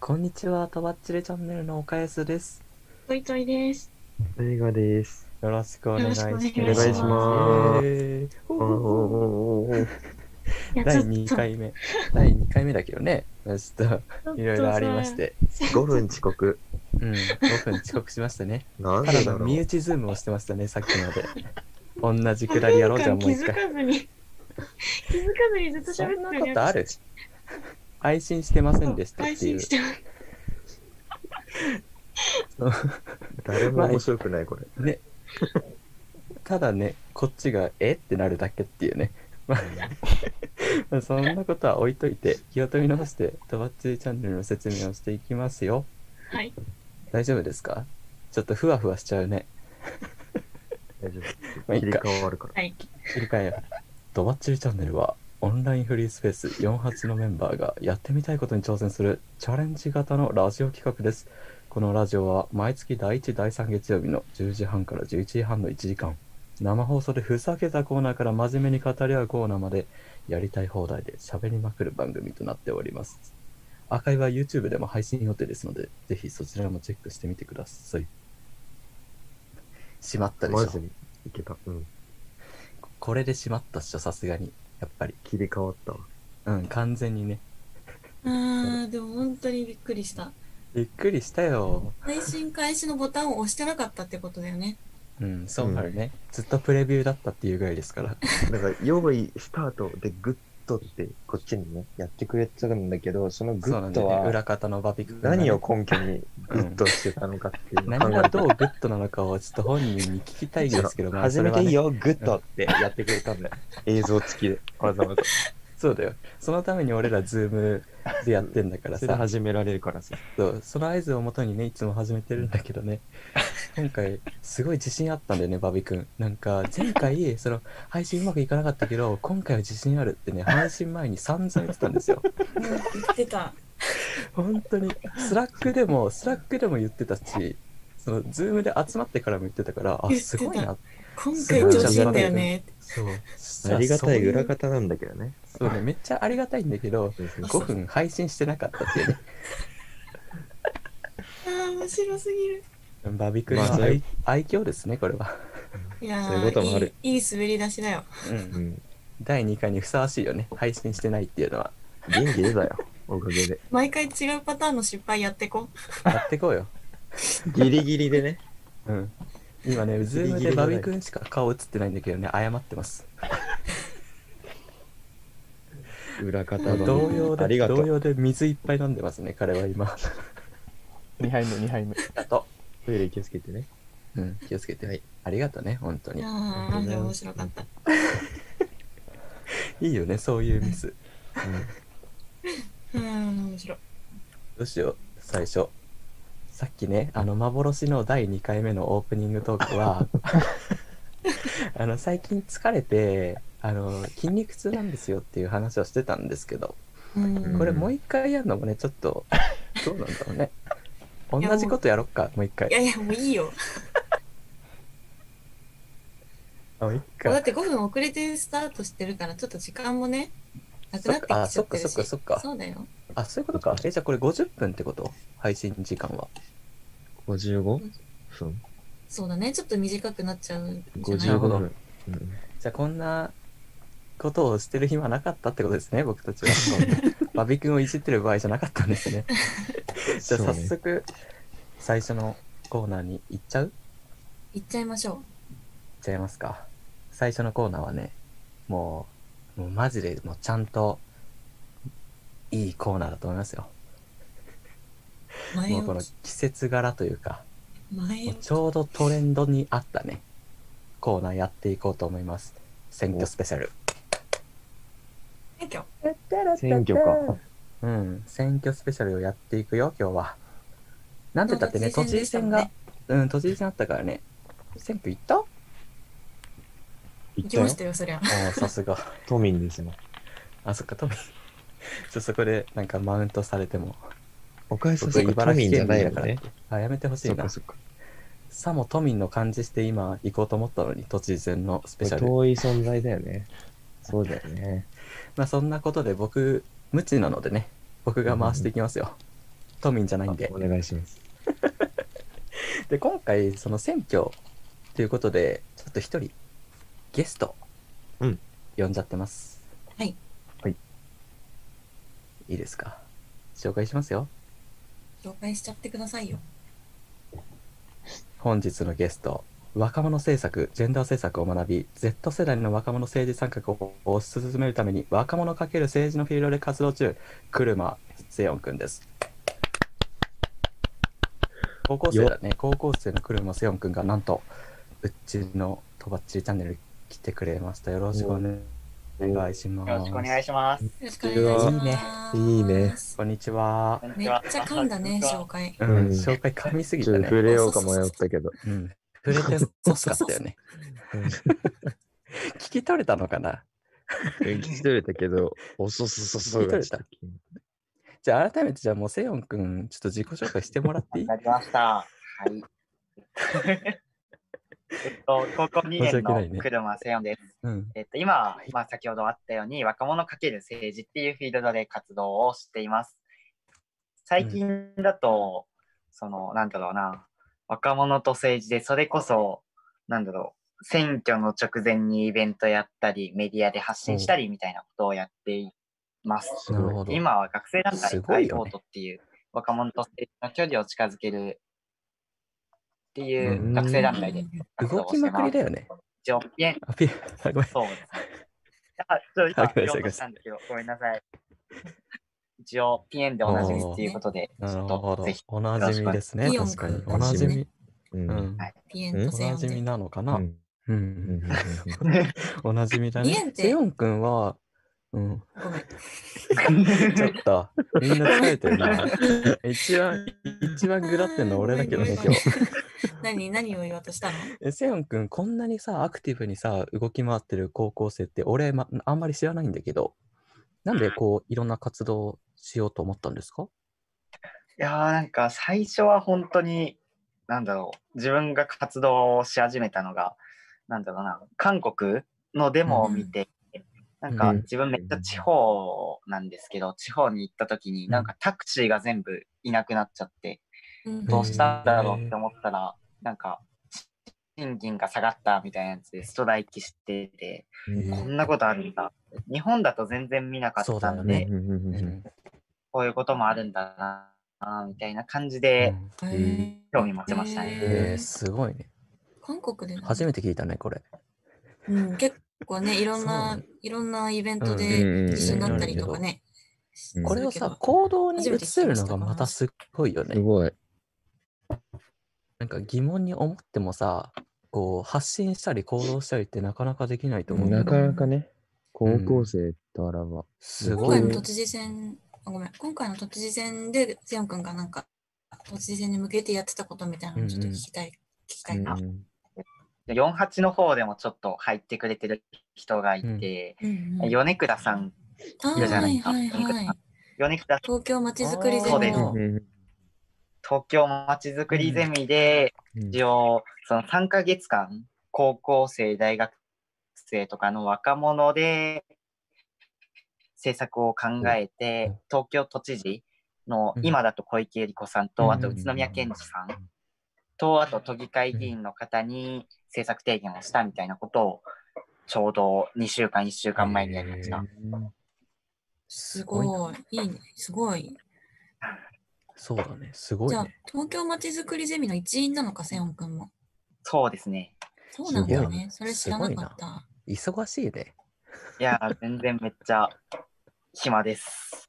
こんにちは、とばっちりチャンネルの岡安です。トイトイです。映画です。よろしくお願いします。よろしくお願いしますイエーイおーおーおーいや第ちょっと2回目。 第2回目だけどね、ちょっといろいろありまし。て。ちょっとさ5分遅刻。うん、5分遅刻しました ね。なんたでだだのろ身う。内ズームをしてましたね、さっきまで。同じくだりやろうじゃあもう一気づ回。かずに。 気づかずにずっとそ喋ってんなることある 配信してませんでしたっ配てい信うし。てます。誰も面白くない、これ。ね。 ただね、こっちが、えってなるだけっていうね。 まあまあ、そんなことは置いといて、気を取り直して、とばっちりチャンネルの説明をしていきますよ。はい。大丈夫ですかちょっとふわふわしちゃうね。大丈まあ夫。いい切りか替わるから。はい。切り替えよう。とばっちりチャンネルは、オンラインフリースペース48のメンバーがやってみたいことに挑戦するチャレンジ型のラジオ企画です。このラジオは毎月第1、第3月曜日の10時半から11時半の1時間、生放送でふざけたコーナーから真面目に語り合うコーナーまでやりたい放題で喋りまくる番組となっております。アーカイブは YouTube でも配信予定ですので、ぜひそちらもチェックしてみてください。しまったでしまょず。に、いけた。うん。これでしまったっしょ、さすがに。やっぱり。切り替わったわ。うん、完全にね。あー、でも本当にびっくりした。びっくりしたよ。配信開始のボタンを押してなかったってことだよね。うん、そうなるね。ずっとプレビューだったっていうぐらいですから。なんか、用意スタートでグッとって、こっちにね、やってくれてるんだけど、そのグ そうなッんだとよね。は、裏方のバビク君がね何を根拠にグッとしてたのかっていうの何を考えがてどうグッドなのかをちょっと本人に聞きたいんですけど、 まあ初めそれはていいねよ、グッとってやってくれたんだよ。映像付きで。わざわざ。 そうだよ。そのために俺らズームでやってんだから それさ。始められるからさ。そうその合図をもとにね、いつも始めてるんだけど ね。今回、すごい自信あったんだよね、バビ君。なんか、前 回、その、配信うまくいかなかったけど、今回は自信あるってね、配信前に散々言ってたんですよ。うん、言ってた。本当にスラックでもスラックでも言ってたしそのズームで集まってからも言ってたからあ言ってたすごいな今回調子いいんだよね。そうありがたい裏そう方なんだけどね。そうねめっちゃありがたいんだけど5分配信してなかったっていう ねあー、面白すぎる。バビ君のまあそうい愛う愛嬌ですねこれは、いやそういうこともあーるいい、いい滑り出しだよ。うん、うん。第2回にふさわしいよね配信してないっていうのは元気出た よ。おかげで。毎回違うパターンの失敗やってこ。やってこうよ、ギリギリでね。うん、今ねズームでバビ君しか顔映ってないんだけどね謝ってます裏方なるほど同様あでりがと同う。様で水いっぱい飲んでますね彼は今2杯目、2杯目。あとトイレ気をつけてね。うん、 気をつけて。ありがとうね、本当いにや。ー、でも面白かった。いいよね、そういうミス。うーん、面白い。どうしよう、最初。さっきね、あの、幻の第2回目のオープニングトーク は、あの、最近疲れて、あの、筋肉痛なんですよっていう話をしてたんですけど、うんこれもう一回やるのもね、ちょっと、どうなんだろうね。同じことやろっか、もう一回い。やいや、もういいよ。もう一だ回っ。て5分遅れてスタートしてるから、ちょっと時間もね、なくなってきちゃってるし。そっかあそっかそっかそっかうだよ。あ、そういうことか。え、じゃあこれ50分ってこと配信時間は。 55分そうだね。ちょっと短くなっちゃうんじゃない55ほど分。うんじゃあこんなことをしてる暇なかったってことですね、僕たちは。バビ君をいじってる場合じゃなかったんですね。じゃあそう早ね速、最初のコーナーに行っちゃう行っ行っちゃいましょちゃいますか。最初のコーナーはね、もう、もうマジでもうちゃんと、いいコーナーだと思いますよ。う。前もうこの置季き。節柄というか、前もう置き。ちょうどトレンドに合ったね、コーナーやっていこうと思います。選挙スペシャル。選挙。選挙か。うん、選挙スペシャルをやっていくよ、今日は。なんて言ったってね、都都知知事事選選でしたもんがね、うん、都知事選あったからね。選挙行った行行っきたよまし。たよ、そりゃ。ああ、さすが。 都民ですね。あ、そっか、都民。ちょ っとそこで、なんかマウントされても。おかえさん、僕そっか茨都城民じゃ県ない民よだからね。。あ、やめてほしそいっなか。そっか。さも都民の感じして今行こうと思ったのに、都知事選のスペシャル。遠い存在だよね。そうだよね。まあそんなことで僕、無知なのでね、僕が回していきますよ。都民じゃないんでお願いします。で今回その選挙ということでちょっと一人ゲストうん呼んじゃってます、はいはいいいですか紹介しますよ紹介しちゃってくださいよ。本日のゲスト若者政策ジェンダー政策を学び Z 世代の若者政治参画を推し進めるために若者かける政治のフィールドで活動中車セヨンくんです高校生だね高校生の車セヨンくんがなんとうちのとばっちりチャンネルに来てくれましたよろしくお願いしますよろしくお願いします。よろしくお願いします。いいねいいねこんにちは、こんにめっちはちゃ噛んだね、紹こ介。うんうん紹介噛みすぎちたょっとね触れようか迷ったけど。うん、触れてほしかったよね聞き取れたのかな聞き取れたけど、おそそそそがちょっと気にじゃあ改めてじゃあもうセヨンくんちょっと自己紹介してもらっていんに いちは。なりました。はい。えっと、高校申し2年訳ないねの車セヨンです。うん。えっと、今は、まあ、先ほどあったように、若者かける政治っていうフィールドで活動をしています。最近だと、その、なんだろうな、若者と政治で、それこそ、なんだろう、選挙の直前にイベントやったり、メディアで発信したりみたいなことをやっています。すごいなるほど今は学生団体すごいよねボートっていう若者と政治の距離を近づけるっていううん学生団体で活動動をきしてまくまりすだ。よね。一応ピエンあピあ ごめん。そうですね。あ、ちょっとあ今ごめんな言おさいうとしたんだけど、ごめんなさい。一応ピエンで同じですっていうことで、ちなるょっほとどぜひ。おなじみですね。よろ確しくかに。ピヨおンな君じみ。う。うんうんん。はいピエンとおセヨなンじみで。なのかうな。んう。うんんおなじみだピエンねっ。てセヨンくんは、うん。ごめん。ち ょっと、みんな疲れてる な。一番、一番グラってんの俺だけど ね、今日。何、何を言おうとしたのえセヨンくん、こんなにさ、アクティブにさ、動き回ってる高校生って、俺、ま、あんまり知らないんだけど、なんでこう、いろんな活動をしようと思ったんですかいやーなんか最初は本当に、なんだろう、自分が活動をし始めたのが、なんだろうな、韓国のデモを見て、なんかうん自分めっちゃ地方なんですけど、地方に行った時に、んなんかタクシーが全部いなくなっちゃって、うんどうしたんだろうって思ったら、なんか、賃金が下がったみたいなやつでストライキしてて、こんなことあるんだ。日本だと全然見なかそうっだたよのねで、うんうんこういうこともあるんだな、みたいな感じで、へー興味持ちましたねえー、すごいね。韓国でなんだ初めて聞いたね、これ。うん、結構 ね、いろんそうなね、いろんなイベントうんうんうんで一緒になったりとかね。うんこれをさ、行動に移せるのがまたすっごいよすね。ごい。なんか疑問に思ってもさ、こう、発信したり行動したりってなかなかできないと思うけなどかなかね、高校生とあらば。す今ごい回のね都。知事選、あごめん、今回の都知事選で、セヨン君がなんか、都知事選に向けてやってたことみたいなのをちょっと聞きたい、聞きたいな。うん48の方でもちょっと入ってくれてる人がいて、うんうん米倉さん、あーいるじゃなはいいですかはいはい。米倉東京まちづくりゼそうミですの。東京まちづくりゼミで、一応、その3ヶ月間、高校生、大学生とかの若者で政策を考えうてん、東京都知事のうん今だと小池百合子さんうと、んあと宇都宮健児さんと、あと都議会議員の方に政策提言をしたみたいなことを、ちょうど2週間、1週間前にやりました。すすい。ごい。いいね。すごい。そうだね、すごじいゃあね。、東京まちづくりゼミの一員なのか、セヨン君も。そうですね。そうなんだよすごいね。それ知らなかった。忙しいね。いやー、全然めっちゃ暇です。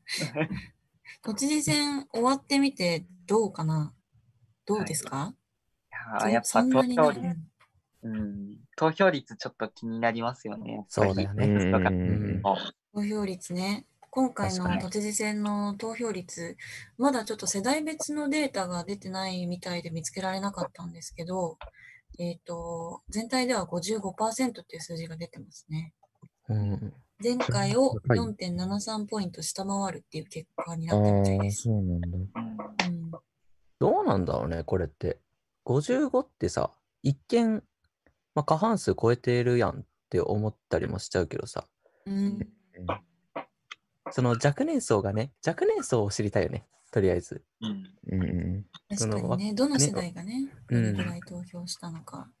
都知事選終わってみて、どうかなどうですか、いやーやっそぱんな東に京ない率うん投票率ちょっと気になりますよね。そうだよねやっぱりうん投票率ね。今回確かのに都知事選の投票率、まだちょっと世代別のデータが出てないみたいで見つけられなかったんですけど、えっ、と、全体では55%っていう数字が出てますね。うん。前回をはい4.73ポイント下回るっていう結果にあなったみたいあ、です。そうなんだ。うんどうなんだろうね、これって。55ってさ、一見、まあ、過半数超えてるやんって思ったりもしちゃうけどさ、うんその若年層がね、若年層を知りたいよね。とりあえず。うん。うんうん。そ確のかにね、どの世代がね、どうんれぐらい投票したのか。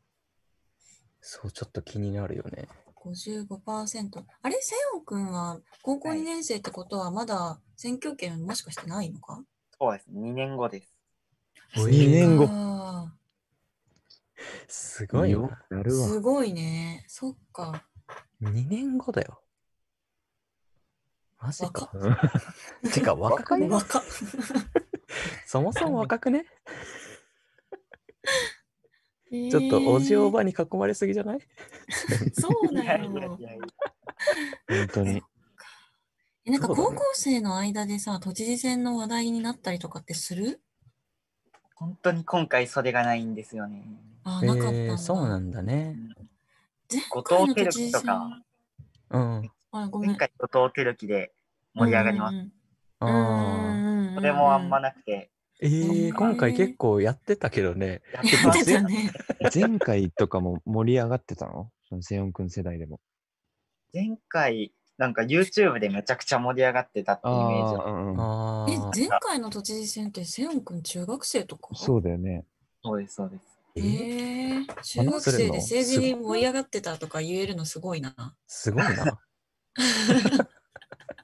そう、ちょっと気になるよね。 55%。あれ、セヨン君は高校はい2年生ってことはまだ選挙権もしかしてないのかそうです。2年後です。二年後あすごいよ。なーるわ。すごいね。そっか。 2年後だよ。マジか。 てか若く若ね い若っそもそも若くねちちょっとおじおばに囲まれすぎじゃない そういだやいや よい。やいや本当に。えなんかそうだね高校生の間でさ、都知事選の話題になったりとかってする本当に今回それがないんですよね。あえー、なかったんだ。ー、そうなんだね。前後藤回の都輝知樹事と選。かあ、うん。ごめん。前回後藤輝樹で盛り上がります。す。ああ。それもあんまななくて。えー、今回結構やってたけどね。やっやてっまてすたね。前回とかも盛り上がってたのそのセヨン君世代でも。 前回、なんか YouTube でめちゃくちゃ盛り上がってたっていうイメージあはあ、うんうん。あえ、あ。前回の都知事選ってセヨン君中学生とかそうだよね。そうです、そうです。ええーー、中学生で政治に盛り上がってたとか言えるのすごいな。すごいな。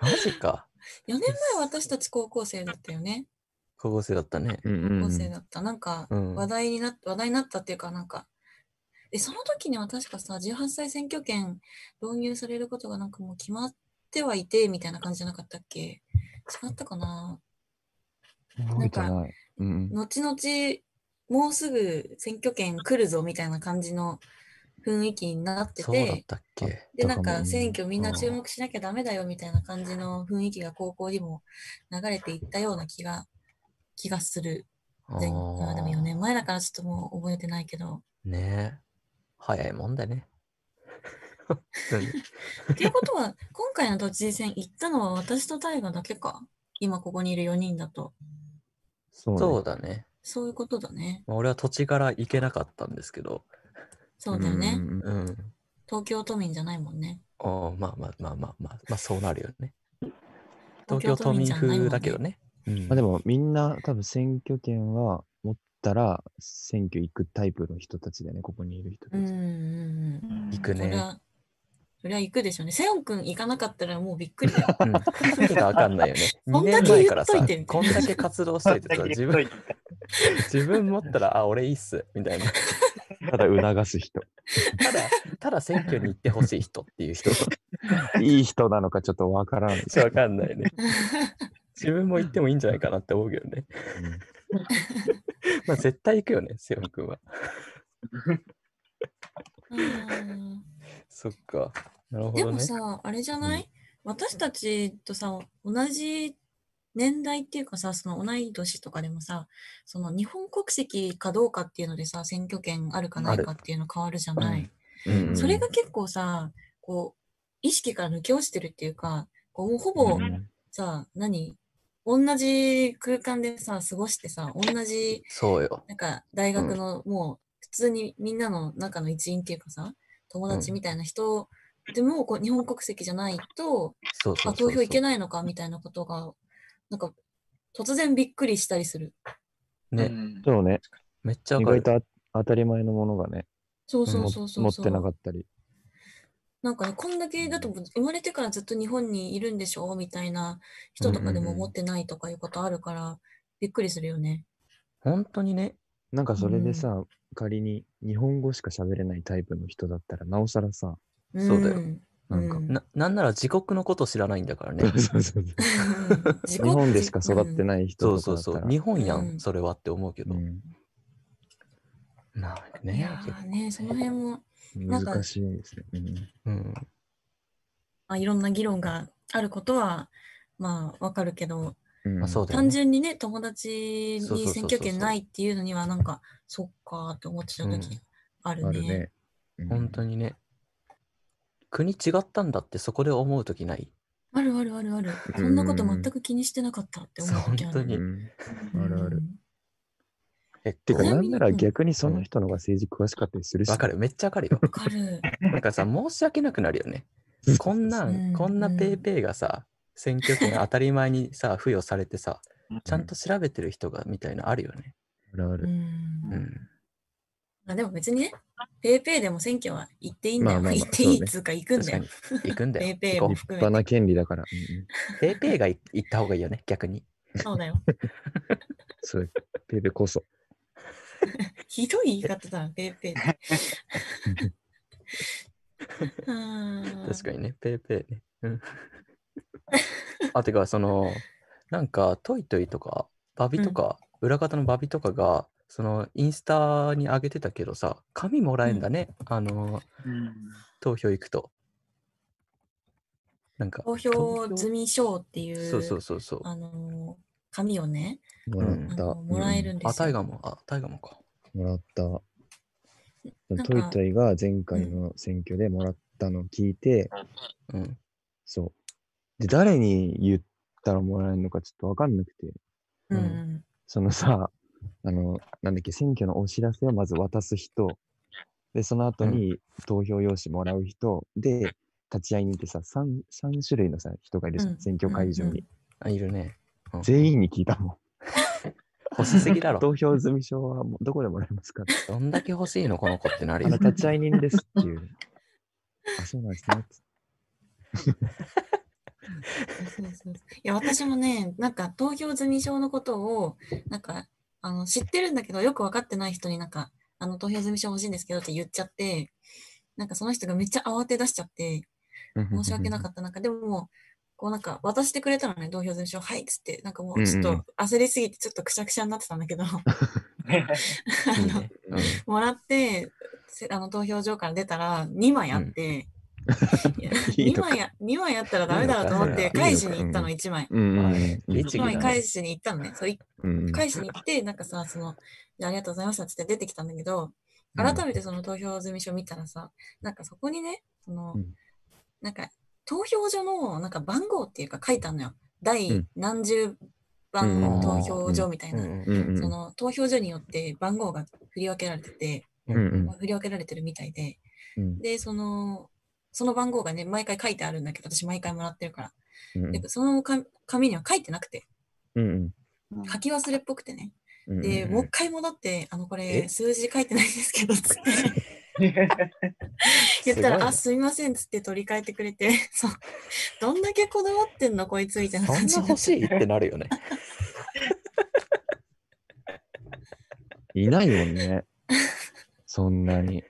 マジか。 4年前私たち高校生だったよね。高校生だったね。うんうん高校うん。生だった。なんかうん。話題になった、話題になったっていうかなんか、え、その時には確かさ、18歳選挙権導入されることがなんかもう決まってはいて、みたいな感じじゃなかったっけ違ったかな覚えてない。うんうん。後々もうすぐ選挙権来るぞみたいな感じの雰囲気になってそうだってたっけ。でなだかんもうかん選挙みんな注目しなきゃダメだよみたいな感じの雰囲気が高校にも流れていったような気が気がするあ前あでも4ー年前だからちょっともう覚えてないけどねえ。早いもんだね。本当にっていうこと は今回の都知事選行ったのは私と大河だけか今ここにいる4人だとそう ねそうだね。そういうことだねまあ俺は土地柄行けなかったんですけど。そうだよね、んんうん。東京都民じゃないもんねあーまあまあまあまあまあ、まあそうなるよね。東東京京都都民民じゃないもんね風だけどね。うんまあでもみんな多分選挙権は持ったら選挙行くタイプの人たちだよね、ここにいる人たうんうんち。うん行くそりね。ゃ、そりゃ行くでしょうね。セヨン君行かなかったらもうびっくりだ よ。うん。意味がわかんないよね。2こんだ年け前からさ言っといて、みたこいんなだけ活動しといてさ、自 分、自分持ったら、あ、俺いいっす、みたいな。ただ促 す人。ただ、ただ選挙に行ってほしい人っていう人しいい人なのかちょっとわからない。かわかんないね。自分も行ってもいいんじゃないかなって思うけどね。まあ絶対行くよね、セヨン君は。うんそっか。なるほでどもね。さ、あれじゃない、私たちとさ、同じ年代っていうかさ、その同い年とかでもさ、その日本国籍かどうかっていうのでさ、選挙権あるかないかっていうの変わるじゃない。うんうんそれが結構さ、こう、意識から抜け落ちてるっていうか、こうもうほぼ、うんさ、何同じ空間でさ、過ごしてさ、同じそうよ。なんか大学のもう普通にみんなの中の一員っていうかさ、友達みたいな人でもこう日本国籍じゃないと、そうそあ、うそう投票いけない。ないのかみたいなことが、なんか突然びっくりしたりする。うね、んそうね。めっちゃ意わかる外。とあ当たり前のものがね、そうそもうそうそう。持ってなかったり。なんかね、こんだけだと生まれてからずっと日本にいるんでしょみたいな人とかでうんうんもうん持ってないとかいうことあるから、びっくりするよね。本当にね、なんかそれでさ、仮に日本語しか喋れないタイプの人だったら、なおさ らさ、そうだよんなんかう ななんなら自国のこと知らないんだからね。そうそうそう日日本でしか育ってない人そとうかそだうっそたら。う。日本や、うんんそれはって思うけどう。んなるほどいねや。ーね、その辺もなんか難しいですね。うんうん。あいろんな議論があることはまあわかるけど、うんまあそうだよ単ね。純にね友達そうそうにそう選挙そう権ないっていうのにはなんかそっかーって思っちゃう時うんあるあるね。ね。うん本当にね。国違ったんだってそこで思うときない。あるあるあるある。こんなこと全く気にしてなかったって思う本時あ当る。に。うんうんあるある。結てか、構ちなみにんなら逆にその人の方が政治詳しかったりするし。わかる。めっちゃわかるよ。わかる。なんかさ、申し訳なくなるよなこんなん、うんこんなペーペーがさ、選挙権当たり前に さ、付与されてさ、ちゃんとう調べてる人がみたいなあるよね。あるあうる。んう。うんまあでも別にね、ペイペイでも選挙は行っていいんだよ。まあまあまあ行っていいっつうか行くん確だかよに。。行くんだよ。ペイペイ行こも立派な権利だから。うんうんうペイペイが行行った方がいいよね、逆に。そうだよ。それ、ペイペイこそ。ひどい言い方だな、ペイペ イって。確確かにね、ペイペイね。 うん。あ、てか、その、なんか、トイトイとか、バビとか、裏方のバビとかが、その、インスタに上げてたけどさ、紙もらえんだね、あの、 うん投票行くと。なんか、投票済み証っていう、そうそうそうそう。あのー、紙をね、もらっあた。のもらえるんですよ。あ、タイガーも、あ、タイガーもか。もらった。なんかトイトイが前回の選挙でもらったのを聞いて、うん。そう。で、誰に言ったらもらえるのかちょっとわかんなくて、うんううんん。そのさ、あの、なんだっけ、選挙のお知らせをまず渡す人、で、その後に投票用紙もらう人、で、立ち会いにいてさ、3, 三種類のさ、人がいるじゃんうん選挙会場に。うんうんあ、いるね。うん全員に聞いたも欲しすぎだん。投ろ。票済み証はもうどこでもらえますかってどんだけ欲しいの、この子ってなるあのよ。立ち会い人ですって いう。あ、そうなんですね。そうそうそういや、私もね、なんか投票済み証のことを、なんか、あの、知ってるんだけど、よく分かってない人になんか、あの、投票済み証欲しいんですけどって言っちゃって、なんかその人がめっちゃ慌て出しちゃって、申し訳なかった。なんか、でももう、こうなんか渡してくれたのね、投票済み証、はいっつって、なんかもうちょっうんうんと焦りすぎて、ちょっとくしゃくしゃになってたんだけど、いあいの、ね。うんもらって、せあの投票所から出たら2枚あって、 いい2のか枚や2枚あったらダメだろうと思っいいてのか返しに行ったのい1枚。うんうんうん。律儀1枚だね返しに行ったのね。そういうんうん返しに行って、なんかさ、その、でありがとうございましたっつって出てきたんだけど、改めてその投票済み書見たらさ、なんかそこにね、そのうん、なんか投票所のなんか番号っていうか書いたのよ。う第ん何十うん番うん投票所みたいうんな。うんうんその投票所によって番号が振り分けられてて、うんうん振り分けられてるみたいで、うんで、その、その番号がね、毎回書いてあるんだけど、私毎回もらってるから。うんで、その紙紙には書いてなくて、うん書き忘れっぽくてね。うんで、うんもう一回戻って、あの、これ、え数字書いてないんですけど、 つって言ったすごいねら、あ、すみません、つって取り替えてくれて、そう、どんだけこだわってんの、こいつ、みたいなそんな感じにな欲ってしいってなるよね。いないもんね。そんなに。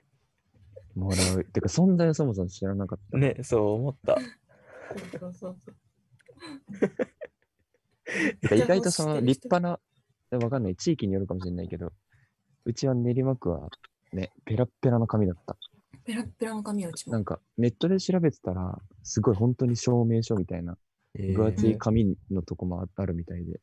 もらう。てか、存在をそもそも知らなかっ た。ね、そう思った。そうそうそうてか意外とその立派な、わかんない。地域によるかもしれないけど、うちは練馬区は、ね、ペラッペラの紙だった。ペラッペラの紙をうちもなんか、ネットで調べてたら、すごい本当に証明書みたいな、分厚えいー紙のとこもああるみたいで。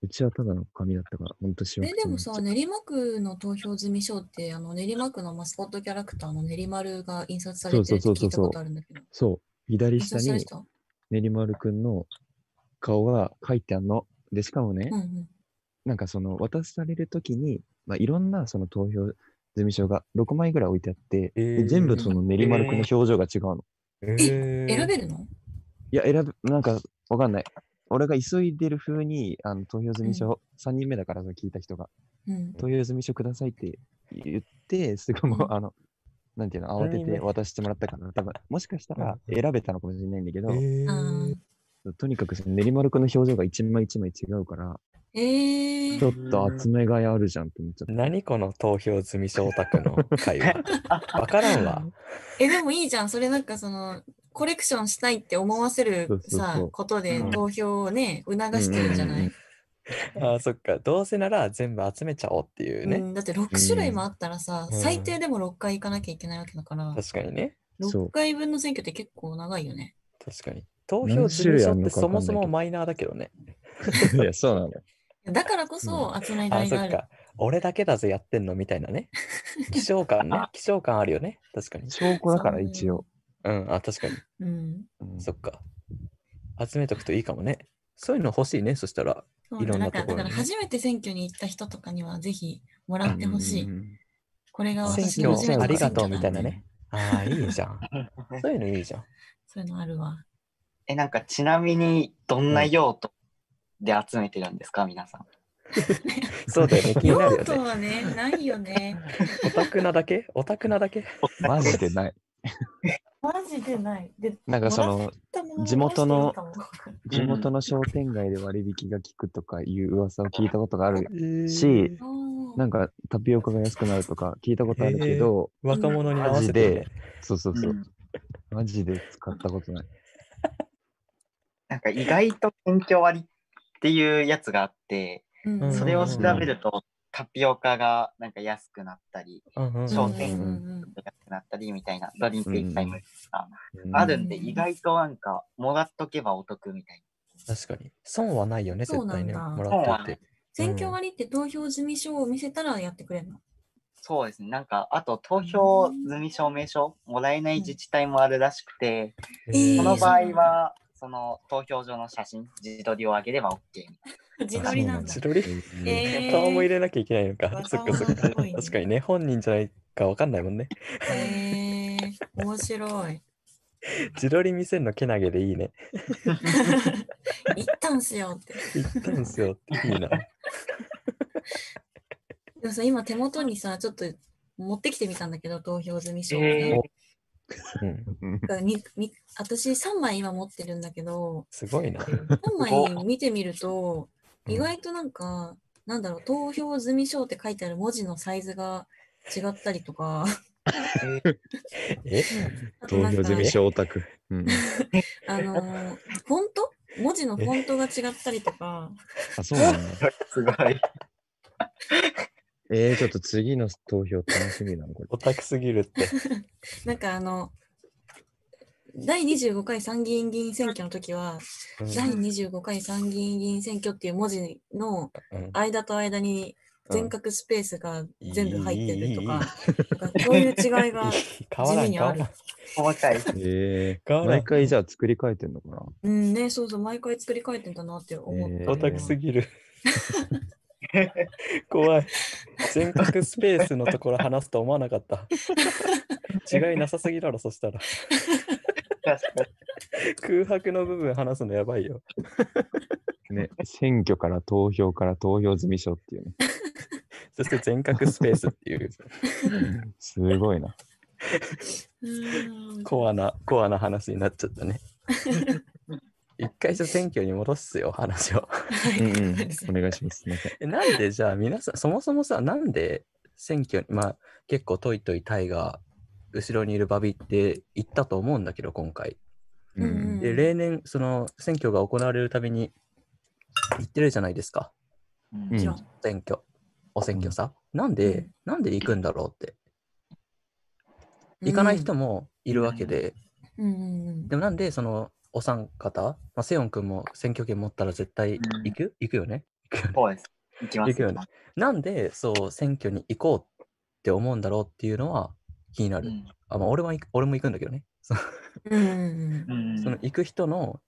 うちはただの紙だったから、ほんとしえ、でもさ、練馬区の投票済み証って、あの練馬区のマスコットキャラクターの練馬るが印刷されてるってそうそ聞ういたそうそうことあるんだけど。そう、左印下刷されにてた練馬くんの顔が書いてあるの。で、しかもね、うんうん。なんかその渡されるときに、まあ、いろんなその投票済み証が6枚ぐらい置いてあって、えでー全部その練馬くんの表情が違うの。選べるのいや、選ぶ、なんかわかんない。俺が急いでる風に、あの、投票済み証、3人目だから、それ聞いた人が、うん。投票済み証くださいって言って、すぐもうう、んあの、なんていうの、慌て三人目て渡してもらったから、多分、もしかしたらうん選べたのかもしれないんだけど、えあーとにかくその練馬くんの表情が一枚一枚違うから、えちょー、っと集めがいあるじゃんって思っちゃった。何この投票済み証宅の会 話。わからんわ。え、でもいいじゃん。それなんかその、コレクションしたいって思わせるそうそうさそう、ことでうん投票をね、促してるじゃなうんうんうんういん。あーそっか。どうせなら全部集めちゃおうっていううね。んだって6種類もあったらさ、うん最低でも6回行かなきゃいけないわけだから、確かにね。そう6回分の選挙って結構長いよね。確かに。投票済み証ってそもそもマイナーだけどね。いや、そうなの。だからこそ集めあがーいそがあっる。か。俺だけだぜやってんのみたいな ね。希少感ね。希少感あるよね。確かに。証拠だそから、うなの一応。うん、あ、確かに。うん。うんそっか。集めとくといいかもね。そういうの欲しいね。そしたら。そうねいろんなところにねんかだから初めて選挙に行った人とかにはぜひもらってほしい。うんうんうんこれが私選の挙初めてのありがとうみ選挙だ たいなね。。ああ、いいじゃん。そういうのいいじゃん。そういうのあるわ。え、なんかちなみにどんな用途で集めてるんですか、皆さん。そうだよね、気になる用よ途ね。はね、ないよね。オタクなだけオタクなだけマジでない。マジでない。で、 なんかその、地元の地元の商店街で割引が効くとかいう噂を聞いたことがある。しし、ななんんかタピオカが安くなるとか聞いたことあるけど、若者に合わせて、ね。そうそうそうう、んマジで使ったことない。なんか意外と選挙割っていうやつがあって、うんそれを調べるとタピオカがなんか安くなったり、うんうんうん商店うん安くなったりみたいな、ドリンクいっぱいもうんあるんで、意外となんかもらっとけばお得みたい確かに。損はないよね、そ絶うな対んだね。もらってて。選挙割って投票済み証を見せたらやってくれるの。な。そうですね。なんか、あと投票済み証明書もらえない自治体もあるらしくて、んえーこの場そ合うは、その投票所の写真、自撮りを上げれば OK。 自撮りなんだ自。撮りえー顔も入れなきゃいけないの か。若そっかそっ者か。っぽいね確かにね、本人じゃないかわかんないもんね。へえー、面白い。自撮り見せんのけなげでいいね。一旦しようって。言ったんすよって。いいな。でもさ、今手元にさ、ちょっと持ってきてみたんだけど、投票済み証をえねー。うんうんだからにに私3枚今持ってるんだけど、すごいな。 3枚見てみると、うん意外となんか、なんだろう、投票済み証って書いてある文字のサイズが違ったりとか、えあと投なん票済みか、小オタク。うんあのー、フォント文字のフォントが違ったりとか、あ、そうなんだ。すごい。 えー、ちょっと次の投票楽しみだな、これ。オタクすぎるって。なんかあの、第25回参議院議員選挙の時は、うん第25回参議院議員選挙っていう文字のうん間と間に全角スペースが全部入ってるとうんか、なんかそういう違いが、変わら地味ん、に変あわるらん。細かい。え変わー、ら毎ん。回じゃあ作り変えてんのかなうんね、そうそう、毎回作り変えてんだなって思っえーた。オタクすぎる。怖い。全角スペースのところ話すと思わなかった。違いなさすぎだろ、そしたら。空白の部分話すのやばいよ。 ね、選挙から投票から投票済み書っていうね。そして全角スペースっていうすごいな。うんコアな、コアな話になっちゃった ね。一回じゃ選挙に戻すよ、話を。はいうんうん、 お願いします。すいませんえなんでじゃあ皆さん、そもそもさ、なんで選挙に、まあ結構トイトイタイが後ろにいるバビって言ったと思うんだけど、今回。うんうんで、例年、その選挙が行われるたびに行ってるじゃないですか、うんうんじゃあ選挙、お選挙さ。なんで、うんなんで行くんだろうって。行かない人もいるわけで、うんうんうんでもなんでそのお三方、まあ、セヨン君も選挙権持ったら絶対行く、行くよね。行くよねそうです。いきます。行くよねなんでそう選挙に行こうって思うんだろうっていうのは気になうる。んあまあ、俺は行く俺も行くんだけどね。そうんうんうそのん。行く人の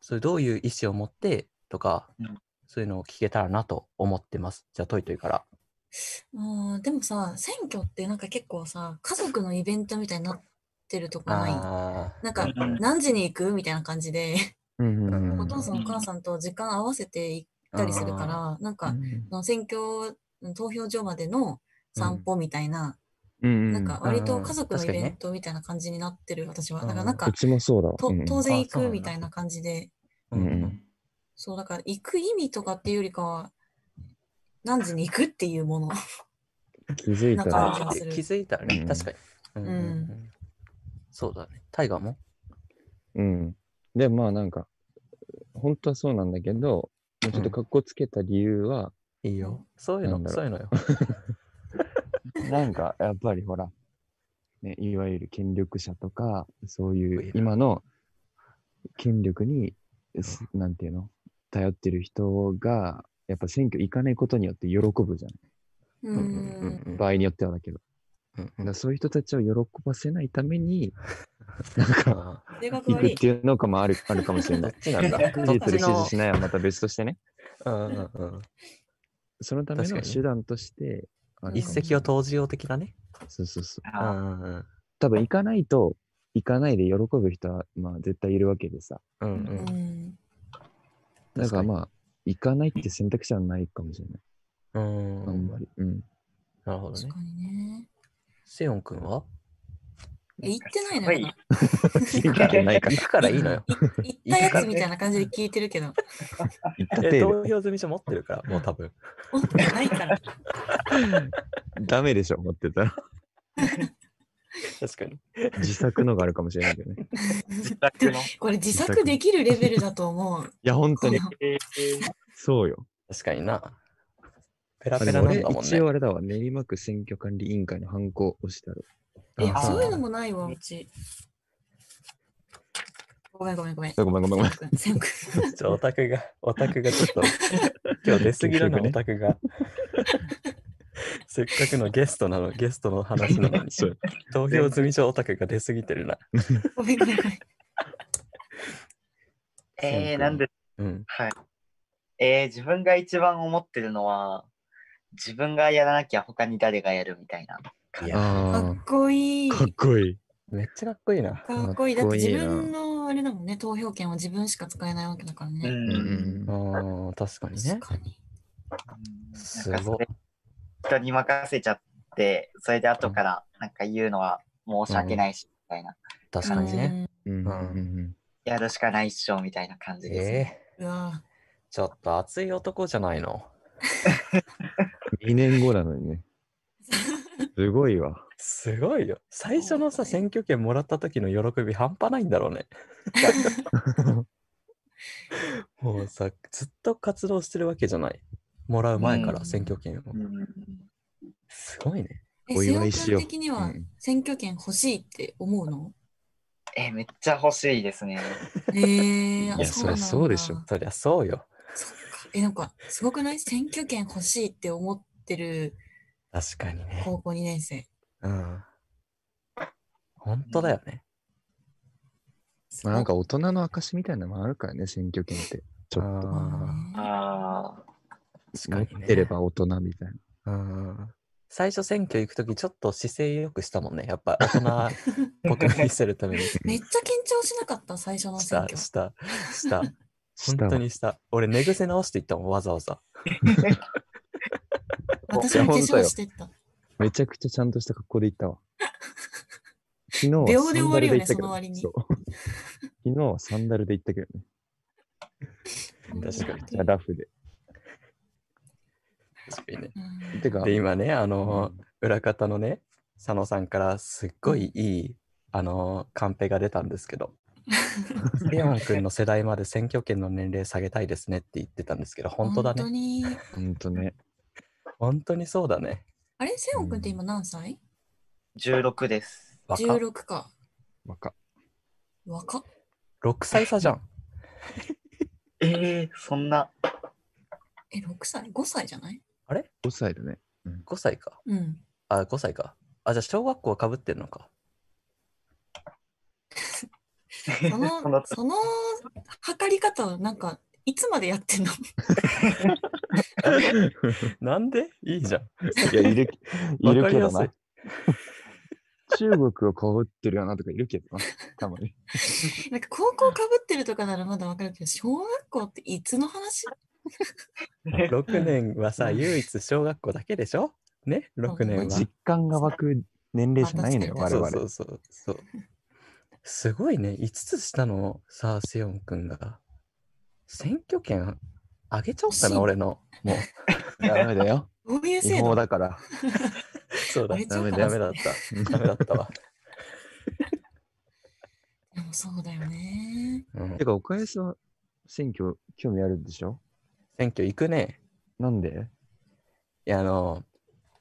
それどういう意思を持ってとか、うんそういうのを聞けたらなと思ってます。じゃあトイトイから。うんあーでもさ、選挙ってなんか結構さ、家族のイベントみたいになってるとこないあなんかうん何時に行くみたいな感じで、うんうんうんお父さんお母さんと時間合わせて行ったりするから、なんかその選挙投票所までの散歩みたいな、うんうなんんか割と家族のうんイうんうん確かにねベントみたいな感じになってる、私は。うんだからなんかう、ちもそうだわ。とうんうん当然行あそうくなんだみたいな感じで、あ。うんうんそう、だから行く意味とかっていうよりかは、何時に行くっていうもの。気づいたなんらか、あー気づいたらね、うん確かに。うんうんうんそうだね。タイガーもうん。で、まあなんか、本当はそうなんだけど、もうちょっと格好つけた理由は、いいよ。そういうなんの、だろそうういうのよ。 なんかやっぱりほら、ね、いわゆる権力者とか、そうわいゆうる今の権力に、すなんていうの、頼ってる人が、やっぱ選挙行かないことによって喜ぶじゃうーん。ない。場合によってはだけど。うん だからそういう人たちを喜ばせないために、なんか、あ性格行く悪っい。ていうのかもあるあるかもしれーどなっい。ちなんだ。支どっ持するち支の持しないはまた別としてね。うんうんうんそのため確のかに手段として、あるかも一石を投じよう的なね。そうそうそう。あうんうんうん多分行かないと、行かないで喜ぶ人は、まあ、絶対いるわけでさ。うんう。うんん。だからあ、まあ、行かないって選択肢はないかもしれない。うん。あんまり。うん。なるほど確ね。かにね。セヨン君はえ行ってないのよな。行ってないか行くからいいのよ。行ったやつみたいな感じで聞いてるけ ど、行ったえて投票済み書持ってるから、もう多分。持ってないから。ダメでしょ、持ってたら。確かに。自作のがあるかもしれないけどね。自宅の。これ自作できるレベルだと思う。 いや、本当にこ、のえそうよ。確かにな。ペラあペでラもなん俺だもん一ね応。あれだわ、練馬区選挙管理委員会のハンコ押してある。えあ、ーそういうのもないわ、うち。ごめんごめんごめん。あごめんごめんごめん。セン君ちょオタクが、オタクがちょっ と、今日出すぎるな、結局ねオタクが。せっかくのゲストなの、ゲストの話な のに、 そう投票済み書オタクが出すぎてるな。ごめんごめんごめん。ー、えー、なんで、うん。はい。えー、自分が一番思ってるのは、自分がやらなきゃ他に誰がやるみたいな。いや、かあっこいい。あ、かっこいい。めっちゃかっこいいな。かっこいい。だかっっこていい自な分のあれだもんね、投票権は自分しか使えないわけだからうね。ん。うんううんんあー確かに確ね。かに。すなんかごそいれ。人に任せちゃって、それで後からなんか言うのは申し訳ないし、みたいな。確かにね。うんうんうんやるしかないっしょ、みたいな感じです、えね。えうん。うわちょっと熱い男じゃないの。うん。2年後なのにね。すごいわ。すごいよ。最初のさ、そうだね選挙権もらった時の喜び半端ないんだろ うね。もうさ、ずっと活動してるわけじゃない。もらう前かうらん選挙権を。うんすごいね。 え、おセ祝オいしよ君う的にうはん選挙権欲しいって思うのえー、めっちゃ欲しいですね。えー、いあやそうなんだそりゃそうでしょそりゃそうよ。そっか。え、なんか、すごくない選挙権欲しいって思ってる確かにね。高校2年生。うん。本当だよね。すごまあいなんか大人の証みたいなのもあるからね、選挙権って。ちょっと。あまあねああ、ー持っ確かにね。てれば大人みたいな。うん。最初選挙行く時ちょっと姿勢よくしたもんね。やっぱ大人っぽく見せるため に。めっちゃ緊張しなかった、最初のし選た、挙。した、した。し本たわ当にした。俺、寝癖直していったもん、わざわざ。私も化いや本当粧よしてった。めちゃくちゃちゃんとした格好で行ったわ。昨日は秒で終わるよねサンダそのルで行ったけど割にそう 昨日はサンダルで行ったけどね。確かにじゃあラフで。確かにね。うんてか、で、今ね、あのうーん、裏方のね、佐野さんからすっごいいい、あのー、カンペが出たんですけ ど、レオン君の世代まで選挙権の年齢下げたいですねって言ってたんですけど、本当だ本当ね。に。ほんとね。本当にそうだね。あれ、セオン君って今何歳16です。若 ?16 か。若。若っ。 6歳差じゃん。ええそんな。え、6歳 ?5 歳じゃない5歳だね。 5歳か。 うん。あ、5歳か。あ、じゃあ小学校はかぶってんのか。そ そんなの、その測り方、なんか、いつまでやってんの なんでいいじゃん。いや、いる、 いるわかりけどやな。中国をかぶってるよなとかいるけどな。たまに。なんか高校かぶってるとかならまだわかるけど、小学校っていつの話6年はさ、唯一小学校だけでしょね ?6 年は。実感が湧く年齢じゃないのよ、まあ確我々。そうそうそうそう。すごいね、5つ下のさ、セヨン君が、選挙権あげちゃおった欲しいな、俺の。もう、 ダメだよ。どういう違制法度だから。そうだ、あげちダゃおメうだかダメだった。ダメだったわ。でもそうだよね。うんてか、岡安は選挙興味あるでしょ選挙行くね。なんでいや、あの、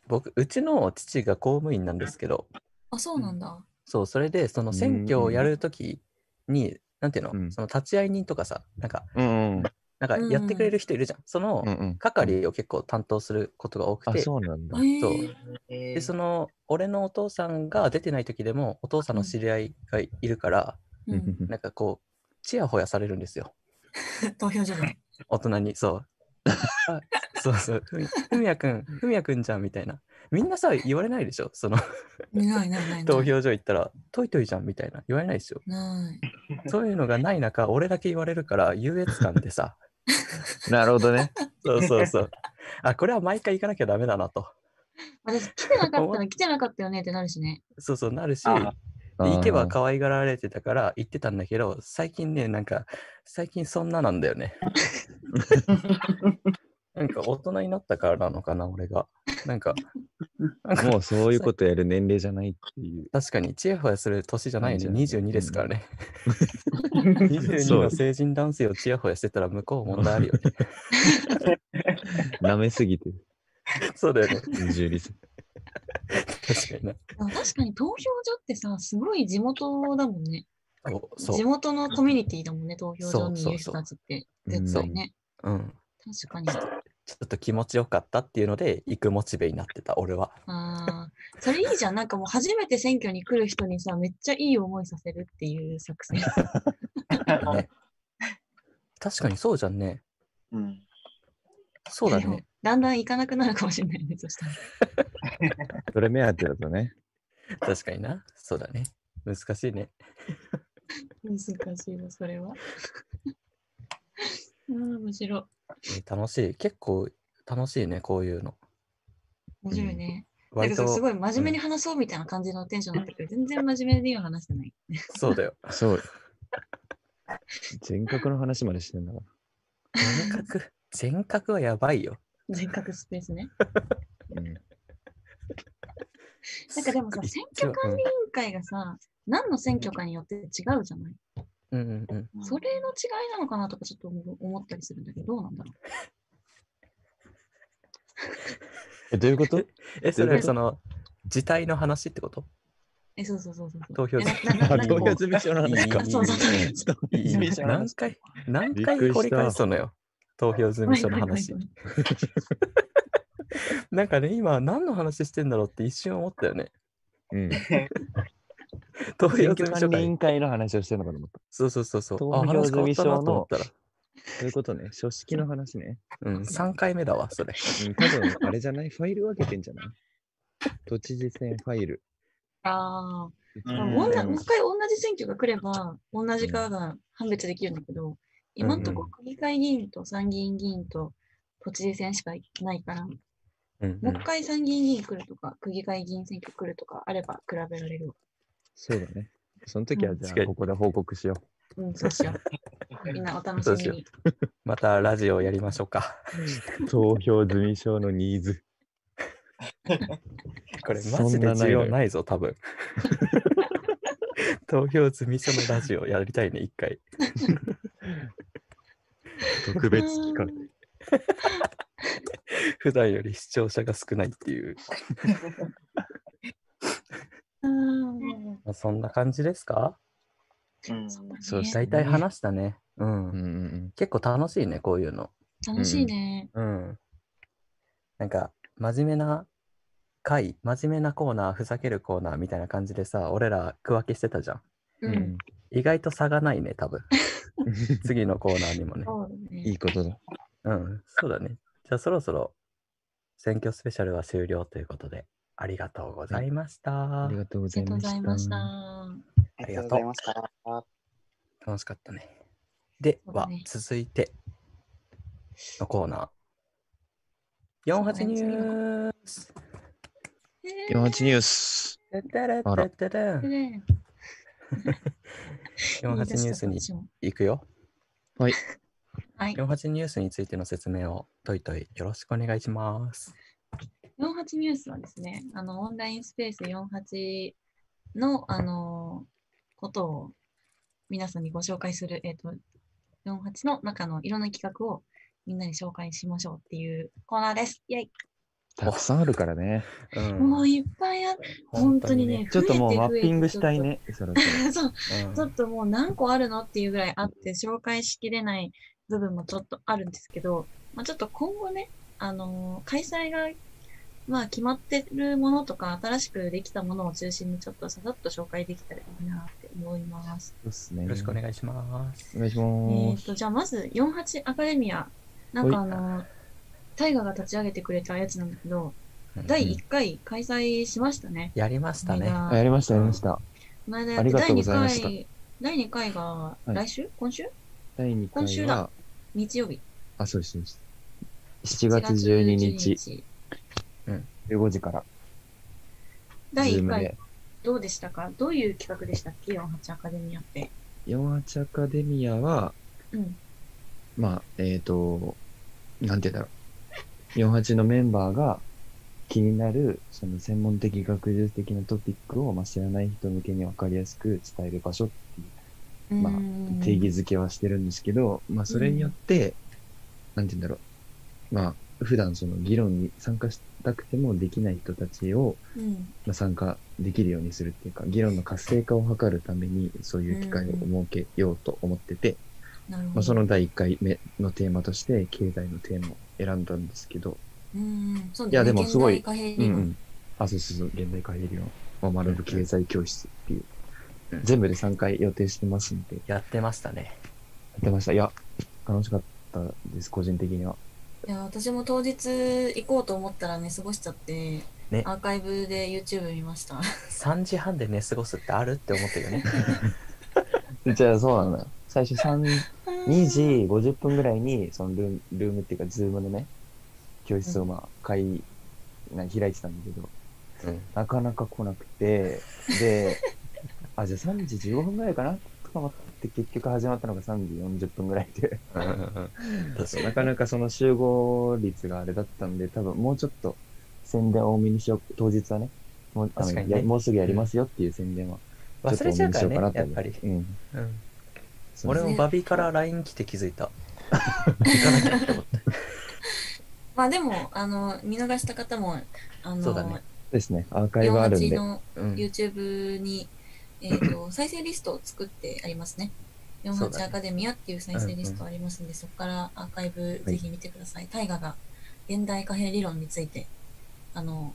僕、うちの父が公務員なんですけど、あ、そうなんだ。そう、それで、その選挙をやるときに、なんていうの、うんその立ち会い人とかさ、なんか、うんうん。なんかやってくれる人いるじゃん。そのうんうん。係を結構担当することが多くあ、て、そうなんだ。へえそうえで その俺のお父さんが出てない時でもお父さんの知り合いがいるから、うん、なんかこうちやほやされるんですよ投票所で。 大人にそうあそうそう。ふみふみやくん、ふみやくんじゃんみたいな。みんなさ、言われないでしょその、ないない ないな投い。票所行ったら、トイトイじゃんみたいな。言われないですよ。ない。そういうのがない中、俺だけ言われるから、優越感でさ、なるほどね。 そうそうそう。 あ、これは毎回行かなきゃダメだなと。私、来てなかっ思たっ ら来てなかったよねってなるしね。そうそうなるし、あで行けばか可愛がられてたから行ってたんだけど、最近ね、なんか、最近そんななんだよね。なんか大人になったからなのかな、俺が。なんか、なんかもうそういうことやる年齢じゃないっていう。確かに、チヤホヤする年じゃないよね。ないじゃん22ですからね。そ22うの成人男性をチヤホヤしてたら向こう問題あるよね。舐めすぎて、そうだよね。 20リス。確かにな。でも確かに投票所ってさ、すごい地元だもんね。おそ地う。元のコミュニティだもんね、投票所にいる人たちって。そうそうそ絶う対ね。うん。確かに。ちょっと気持ちよかったっていうので、行くモチベになってた、俺は。ああ、それいいじゃん。なんかもう初めて選挙に来る人にさ、めっちゃいい思いさせるっていう作 戦。ね確かにそうじゃんね。うん。そうだでもね。だんだん行かなくなるかもしれないね、そしたら。それ目当てだとね。 確かにな。そうだね。難しいね。難しいわ、それは。うん、面白えい。ー楽しい。結構楽しいね、こういうの。面白いね。なん割かとそう、すごい真面目に話そうみたいな感じのテンションだったけど、全然真面目には話してない。そうだよ。そう。全角の話までしてんだから。全角、全角はやばいよ。全角スペースね。うんなんかでもさ、す選っごい挙管理委員会がさ、何の選挙かによって違うじゃないうんうんうんうん。それの違いなのかなとかちょっと思思ったりするんだけど、どうなんだろう。え、どういうことえ、それはその、自体の話ってことえ、そうそうそうそうそう。投票えな所なななんかこう済み証なんですかあそうそうそうちょっといい意味じゃない何回、何びっく回りした掘り返すのよ。投票済み書の話はいはいは。いはいなんかね、今何の話してんだろうって一瞬思ったよね。うん。投票済選み挙書管が理委。員会の話をしてんのかと思った。そうそうそうそう。投あ、票話変済わっみた書なのと思ったら。そういうことね。書式の話ね。うん、3回目だわ、それ。うん、多分あれじゃないファイル分けてんじゃない都知事選ファイル。あうあ、んまあ同おんなもう一回同じ選挙が来れば、同じかが判別できるんだけど、今んとこ区議会議員と参議院議員と都知事選しかないから、もうんう一回参議院議員来るとか、区議会議員選挙来るとかあれば比べられるわ。そうだね。その時はじうんゃ近あいここで報告しようん、そうしよう。みんなお楽しそうしみように。またラジオやりましょうか。う。投票済み証のニーズ。これそマんジでなな需いのよ要ないぞ、多分。投票済み書のラジオやりたいね、一回。特別企画。普段より視聴者が少ないっていう。うんまあ、そんな感じですかうんそうしね大体話したね。ううんん。うん結構楽しいね、こういうの。楽しいね。うん。なんか、真面目な回、真面目なコーナー、ふざけるコーナーみたいな感じでさ、俺ら区分けしてたじゃん。う。うんん。意外と差がないね、多分。次のコーナーにもね。そうだいねい。ことだ。うん、そうだね。じゃあそろそろ選挙スペシャルは終了ということで、ありがとうございました あり。がとうごあざりいがとうまございまし。したた。ありがとうございました。楽しかったね。でそうだはね、続いてのコーナー。48ニュースえー48ニュース。てってれあらってってれんでね48ニュースに行くよ。はい。 48ニュースについての説明をといといよろしくお願いします。 48ニュースはですね、あのオンラインスペース48の、あのことを皆さんにご紹介する、えっと48の中のいろんな企画をみんなに紹介しましょうっていうコーナーです。イェイたくさんあるからね。うんもういっぱいある。本当にね、ちょっともう増マえて増えッてピングしたい。ね。そろそちょっとそううんちょっともう何個あるのっていうぐらいあって、紹介しきれない部分もちょっとあるんですけど、まあ、ちょっと今後ね、あのー開催が、まあ、決まってるものとか、新しくできたものを中心に、ちょっとささっと紹介できたらいいなって思います。ろですね。よろしくおい願いします。お願いしえまっす。と、じゃあまず、48アカデミア。なんかあほいのー大河が立ち上げてくれたやつなんだけど、うん第1回開催しましたね。やりましたね。このあや間りました、やりました。この間ありがとうございま第2した回、第2回がい来週、今週第2今週回だは、日曜日。あ、そうです、そうです。7月12日、日。 15時から、第1 Zoom 回で、どうでしたかどういう企画でしたっけ ?48 アカデミアって。 48アカデミアは、うん。まあ、えっ、と、なんて言うんだろう。48のメンバーが気になる、その専門的学術的なトピックを、まあ、知らない人向けに分かりやすく伝える場所まあうーん定義づけはしてるんですけど、まあそれによって、なんて言うんだろう。まあ普段その議論に参加したくてもできない人たちを、うんまあ、参加できるようにするっていうか、議論の活性化を図るためにそういう機会を設けようと思ってて、なるほまど。あその第1回目のテーマとして経済のテーマを選んだんですけど、うんそういやでもすごい現代う貨幣んう理論ん。あ、そうそうそう、現代会議論を学ぶ経済教室っていうう、ん全部で3回予定してますんで、ややってましたね。ってました。いや、楽しかったです、個人的には。いや私も当日行こうと思ったら寝過ごしちゃって、ねアーカイブで YouTube 見ました。 3時半で寝過ごすってあるって思ったよね。じゃあそうなのよ。最初3、2時50分ぐらいに、そのルーム、ルームっていうか、ズームのね、教室をまあ、会、な開いてたんだけど、うんなかなか来なくて、で、あ、じゃあ3時15分ぐらいかなとか思って、結局始まったのが3時40分ぐらいで、うんうんうん確かになかなかその集合率があれだったんで、多分もうちょっと宣伝多めにしよう、当日はね、もうあの確かにねやもうすぐやりますよっていう宣伝は、忘れちゃうからね、やっぱり。うん。うんそう俺もバビから LINE 来て気づいた。行かなきゃって思って。 まあでも、あの、見逃した方も、あの、そうだねですね、アーカイブあるん48で。のうん YouTube に、えっ と、再生リストを作ってありますね。そうだ48ねアカデミアっていう再生リストありますんで、そこからアーカイブぜひ見てください。大河が現代貨幣理論について、あの、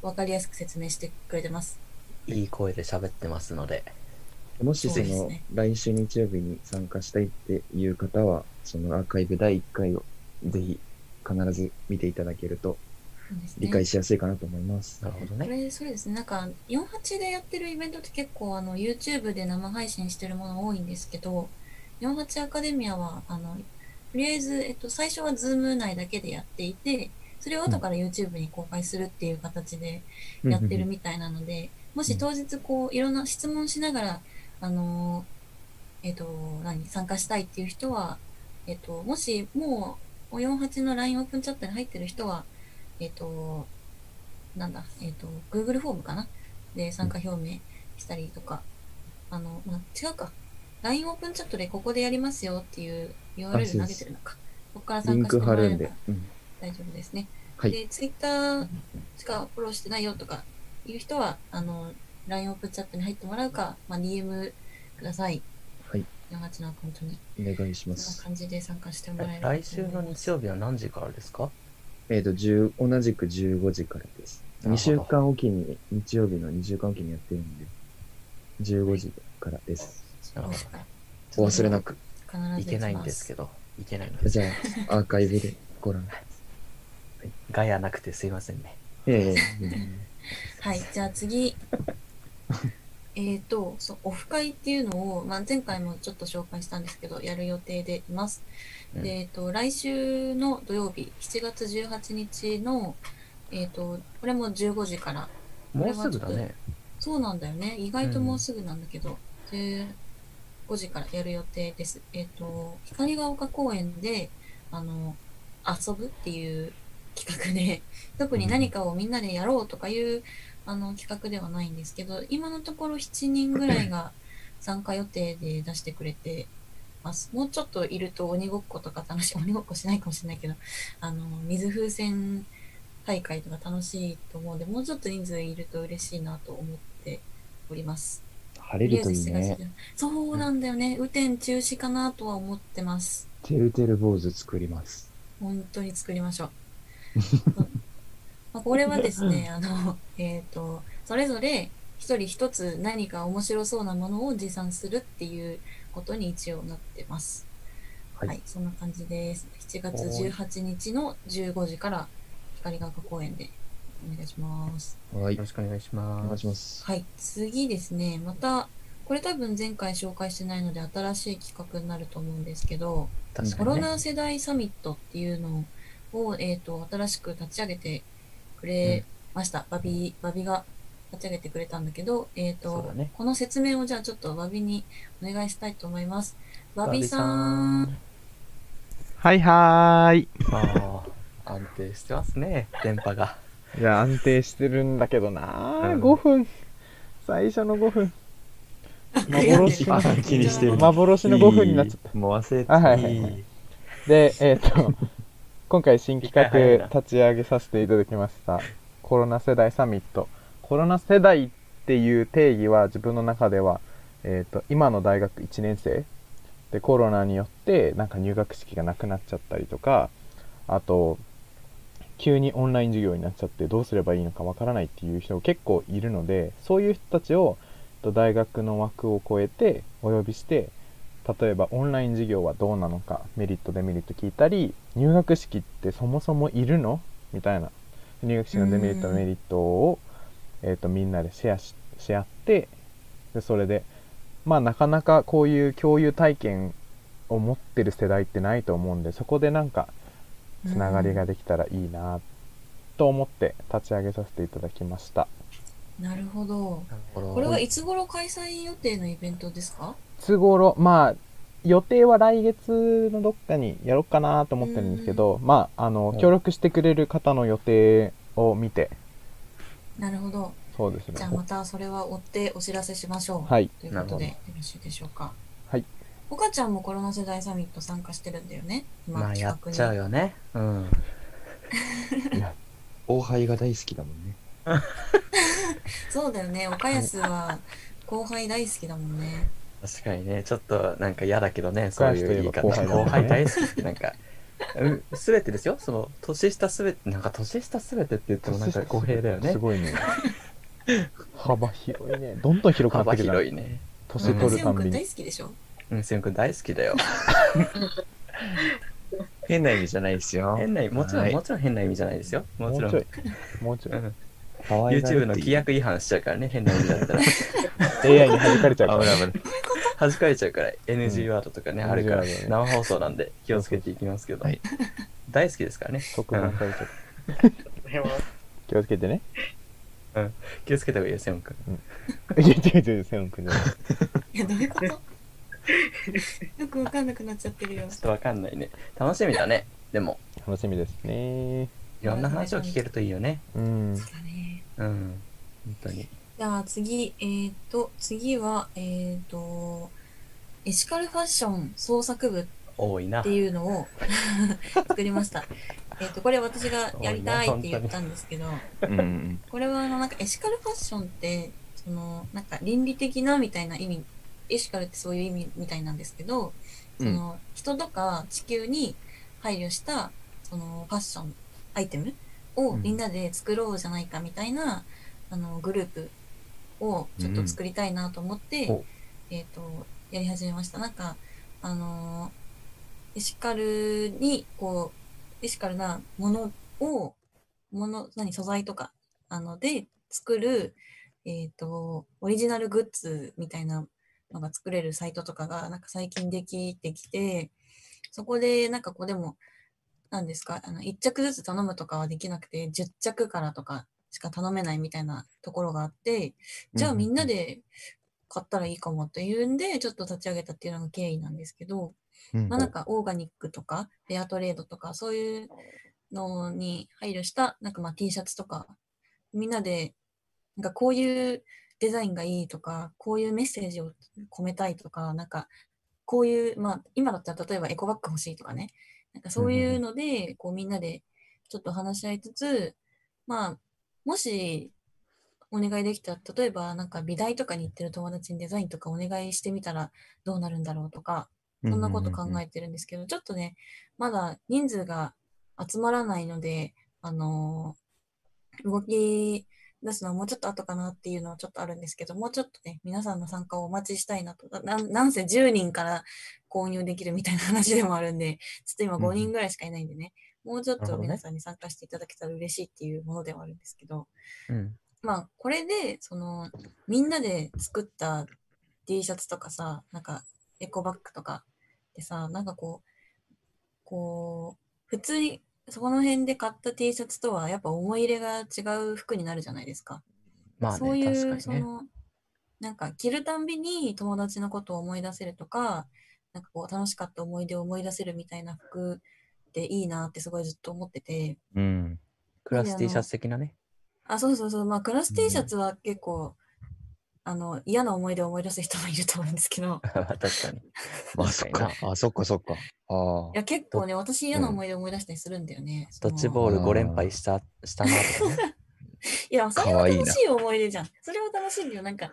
わかりやすく説明してくれてます。いい声で喋ってますので。もしそそうですのね来週日曜日に参加したいっていう方は、そのアーカイブ第1回をぜひ必ず見ていただけるとそうですね理解しやすいかなと思います。なるほどこね。れ、そうですね。なんか、48でやってるイベントって結構、あの、YouTube で生配信してるもの多いんですけど、48アカデミアは、あの、とりあえず、えっと、最初は Zoom 内だけでやっていて、それを後から YouTube に公開するっていう形でやってるみたいなので、もし当日こう、いろんな質問しながら、あの、えっと、何、参加したいっていう人は、えっと、もしもう、48の LINE オープンチャットに入ってる人は、えっと、なんだ、えっ、と、Google フォームかなで、参加表明したりとか、あの、まあ、違うか。LINE オープンチャットでここでやりますよっていう URL 投げてるのか。ここからリ参ン加してクも貼らえるれんばで。うん大丈夫ですね。はいで、Twitter しかフォローしてないよとかいう人は、あの、LINE オープンチャットに入ってもらうか、まあ、DM ください。はい。 48のアカウントに。お願いしまそんなす。感じで参加してもらえれば来週の日曜日は何時からですかえっ、と、10同じく15時からです。なる2ほど週間おきに、日曜日の2週間おきにやってるんで、15時からです。なるほどお忘れなく。必ず行きますいけないんですけど。いけないので。じゃ あ、アーカイブでご覧。ガヤなくてすいませんね。ええはい、じゃあ次。 えっと、そう、オフ会っていうのを、まあ、前回もちょっと紹介したんですけど、やる予定でいます。うんで、えっと、来週の土曜日、7月18日の、えっと、これも15時から。もうすぐだね。そうなんだよね。意外ともうすぐなんだけど、15時からやる予定です。えっと、光が丘公園で、あの、遊ぶっていう企画で、特に何かをみんなでやろうとかいう、あの、企画ではないんですけど、今のところ7人ぐらいが参加予定で出してくれてます。もうちょっといると鬼ごっことか楽しい、 鬼ごっこしないかもしれないけど、あの、水風船大会とか楽しいと思うので、もうちょっと人数いると嬉しいなと思っております。晴れるといいね。そうなんだよね。雨天中止かなとは思ってます。てるてる坊主作ります。本当に作りましょ う。まあこれはですね、あの、えっ、と、それぞれ一人一つ何か面白そうなものを持参するっていうことに一応なってます。はい、そんな感じです。7月18日の15時から光が丘公園でお願いします。はいよろ。しくお願いしお願まいす。します。はい、次ですね、また、これ多分前回紹介してないので新しい企画になると思うんですけど、確コかロにね。ナ世代サミットっていうのを、えー、と新しく立ち上げてくれました、バビバビが立ち上げてくれたんだけど、えーそうとだねこの説明をじゃあちょっとバビにお願いしたいと思います。バビさバん、はいはーい。ああ、安定してますね、電波が。いや、安定してるんだけどな、うん5分。最初の5分。幻やあってる気にして る幻の5分になっちゃっもう忘れた。あ、はいはいいいはい。で、えっ、 と、今回新企一回入る画な立ち上げさせていただきました。コロナ世代サミット。コロナ世代っていう定義は自分の中では、えっ、と、今の大学1年生でコロナによってなんか入学式がなくなっちゃったりとか、あと、急にオンライン授業になっちゃってどうすればいいのかわからないっていう人が結構いるので、そういう人たちをえっと大学の枠を超えてお呼びして例えばオンライン授業はどうなのかメリットデメリット聞いたり入学式ってそもそもいるのみたいな入学式のデメリットうんメリットを、えっとみんなでシェアしシェアってでそれでまあなかなかこういう共有体験を持ってる世代ってないと思うんでそこでなんかつながりができたらいいなと思って立ち上げさせていただきましたなるほど。なるほどこれはいつ頃開催予定のイベントですかいつ頃まあ予定は来月のどっかにやろうかなと思ってるんですけど、まああのうん協力してくれる方の予定を見てなるほど。そうですねじゃあまたそれは追ってお知らせしましょう。はいということでなよろしいでしょうか。はい。岡ちゃんもコロナ世代サミット参加してるんだよね。今まあ、やっ企ちゃ画うによね。うん。後輩が大好きだもんね。そうだよね。岡安は後輩大好きだもんね。確かにね、ちょっとなんか嫌だけどね、そういう言い方。後輩といえば後後輩輩だ大好きってなんか、すべてですよ、その、年下すべて、なんか年下すべてって言ってもなんか公平だよねす。ごいね幅広いねどんどん広くなっ幅てくる広いね。カ年取るセたオんびくん大に好きでしょうん、セオン君大好きだよ。変な意味じゃないですよ。変な意味、もちろはん、いもちろん変な意味じゃないですよ。ももちろうんちょ。いもうちょいうん可愛がられ YouTube のて規約違反しちゃうからね、変な意味だったら。 AI に弾かれちゃうから危ない危ない。弾かれちゃうから、NG ワードとかね、うんあるから NG ワー、ド生放送なんで気をつけていきますけどはい。大好きですからね。特番されちゃうでも気をつけてね 気をつけた方がいいよ、セオン君。いや違う違うセオン君じゃないいや、どういうこと よくわかんなくなっちゃってるよちょ。っとわかんないね。楽しみだね。でも、楽しみですねいろんな話を聞けるといいよね。うんそうだね。うん。本当に。じゃあ次、えー、と、次は、えー、と、エシカルファッション創作部多いな。っていうのを 作りました。えっとこれ私がやりたいって言ったんですけど、うんうんこれはあのなんかエシカルファッションってそのなんか倫理的なみたいな意味、エシカルってそういう意味みたいなんですけど、その人とか地球に配慮したそのファッションアイテムをみんなで作ろうじゃないかみたいな、あのグループをちょっと作りたいなと思って、うんおえっ、とやり始めましたなんかあのーエシカルにこうエシカルなものをもの何素材とかあので作るえっ、とオリジナルグッズみたいなのが作れるサイトとかがなんか最近できてきてそこでなんかこうでも何ですかあの1着ずつ頼むとかはできなくて10着からとかしか頼めないみたいなところがあってじゃあみんなで買ったらいいかもというんでちょっと立ち上げたっていうのが経緯なんですけど、うんまあ、なんかオーガニックとかフェアトレードとかそういうのに配慮したなんかまあ T シャツとかみんなでなんかこういうデザインがいいとかこういうメッセージを込めたいとかなんかこういうまあ今だったら例えばエコバッグ欲しいとかねなんかそういうのでこうみんなでちょっと話し合いつつまあもしお願いできたら例えばなんか美大とかに行ってる友達にデザインとかお願いしてみたらどうなるんだろうとかそんなこと考えてるんですけど、ちょっとね、まだ人数が集まらないので、あのー動き出すのはもうちょっと後かなっていうのはちょっとあるんですけど、もうちょっとね、皆さんの参加をお待ちしたいなと。ななんなんせ10人から購入できるみたいな話でもあるんで、ちょっと今うんうん5人ぐらいしかいないんでね、もうちょっなるとほどね皆さんに参加していただけたら嬉しいっていうものではあるんですけど、うん。まあこれで、その、みんなで作った T シャツとかさ、なんかエコバッグとかでさ、なんかこう、こう、普通にそこの辺で買った T シャツとはやっぱ思い入れが違う服になるじゃないですか。まあそうね、いう、確かそにね。の、なんか着るたんびに友達のことを思い出せるとか、なんかこう楽しかった思い出を思い出せるみたいな服っていいなってすごいずっと思ってて、うん。クラあスの T シャツ的なね。あ、そうそうそう、まあクラス T シャうんツは結構、あの、嫌な思い出を思い出す人もいると思うんです けど、確か に。あ、そっ確かかに。あ、そっかそっか。あいや結構ね、私嫌な思い出を思い出したりするんだよね。そドのッジボール5連敗した、したなとかね。いや、それかはわいいな楽しい思い出じゃん。それは楽しいんだよ。な んか、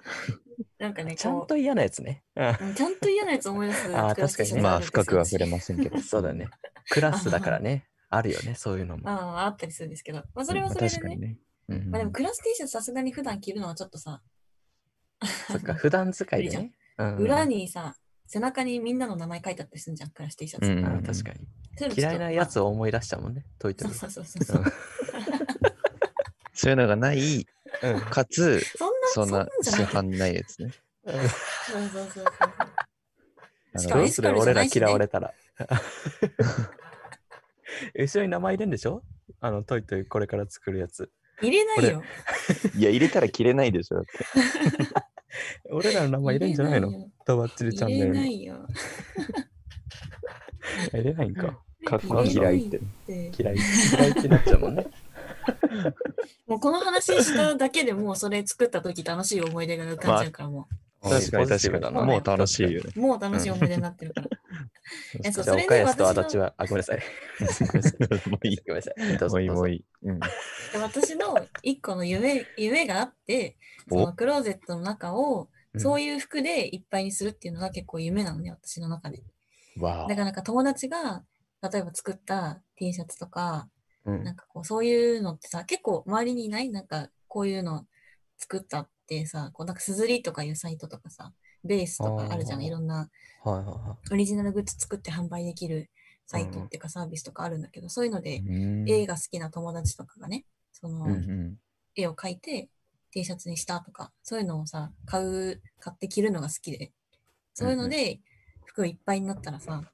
なんかね、ちゃんこと嫌なやつね。うう、うんちゃんと嫌なやつ思い出すあークラス T シ確かにねャあ。ツまがああ、るんですよ深くは触れませんけ ど。ん。そうだね。クラスだからね。あるよね、そういうのも。ああ、あったりするんですけど、まあ、それまはあそれ確でかにね。ね。うんまあ、でも、クラス T シャツさすがに普段着るのはちょっとさ、そっか、普段使いでね。うん裏にさ、背中にみんなの名前書いてあったりするじゃん、クラス T シャツ。うんあうんー確かに。そううのち嫌ょっといなやつを思い出したもんね。解いてある。そうそうそうそう。そういうのがない、うんか つ、そんな、そんそんななんじ市ゃない。販ないやつね。そうそうそうあしのかもどうするエスカルじ俺ゃならいしね嫌われたら。後ろに名前入れんでしょあの、トイトイこれから作るやつ。入れないよ。 いや、入れたら切れないでしょ。だって俺らの名前入れんじゃないの入とばっちりチャンれネルなに。いよ。入れないんか。かっ入れなこいよ嫌いって。。で嫌い。嫌いってなっちゃうもんね。もうこの話しただけでもうそれ作った時楽しい思い出が浮かんじゃうからも確かにポジティブ確かだに。なもう楽しいよね。 う、もう楽しい思い出になってるから。えそうじゃあ、それで岡安と私の足立は、あ、ごめんなさい。ごめんなさい。 もういい。ごめんなさい。どうぞもういい、どうぞもういい。うん。で私の一個の夢夢があってそおのクローゼットの中をうんそういう服でいっぱいにするっていうのが結構夢なのね私の中でわだあからなんか友達が例えば作った T シャツとかうんなんかこうそういうのってさ結構周りにいないなんかこういうの作ったってさこうなんかすずりとかいうサイトとかさベースとかあるじゃあんーいろんなはいはいはい。オリジナルグッズ作って販売できるサイトっていうかサービスとかあるんだけどそういうので映画好きな友達とかがねその、うんうん絵を描いて T シャツにしたとか、そういうのをさ、買う、買って着るのが好きで、そういうので服いっぱいになったらさ、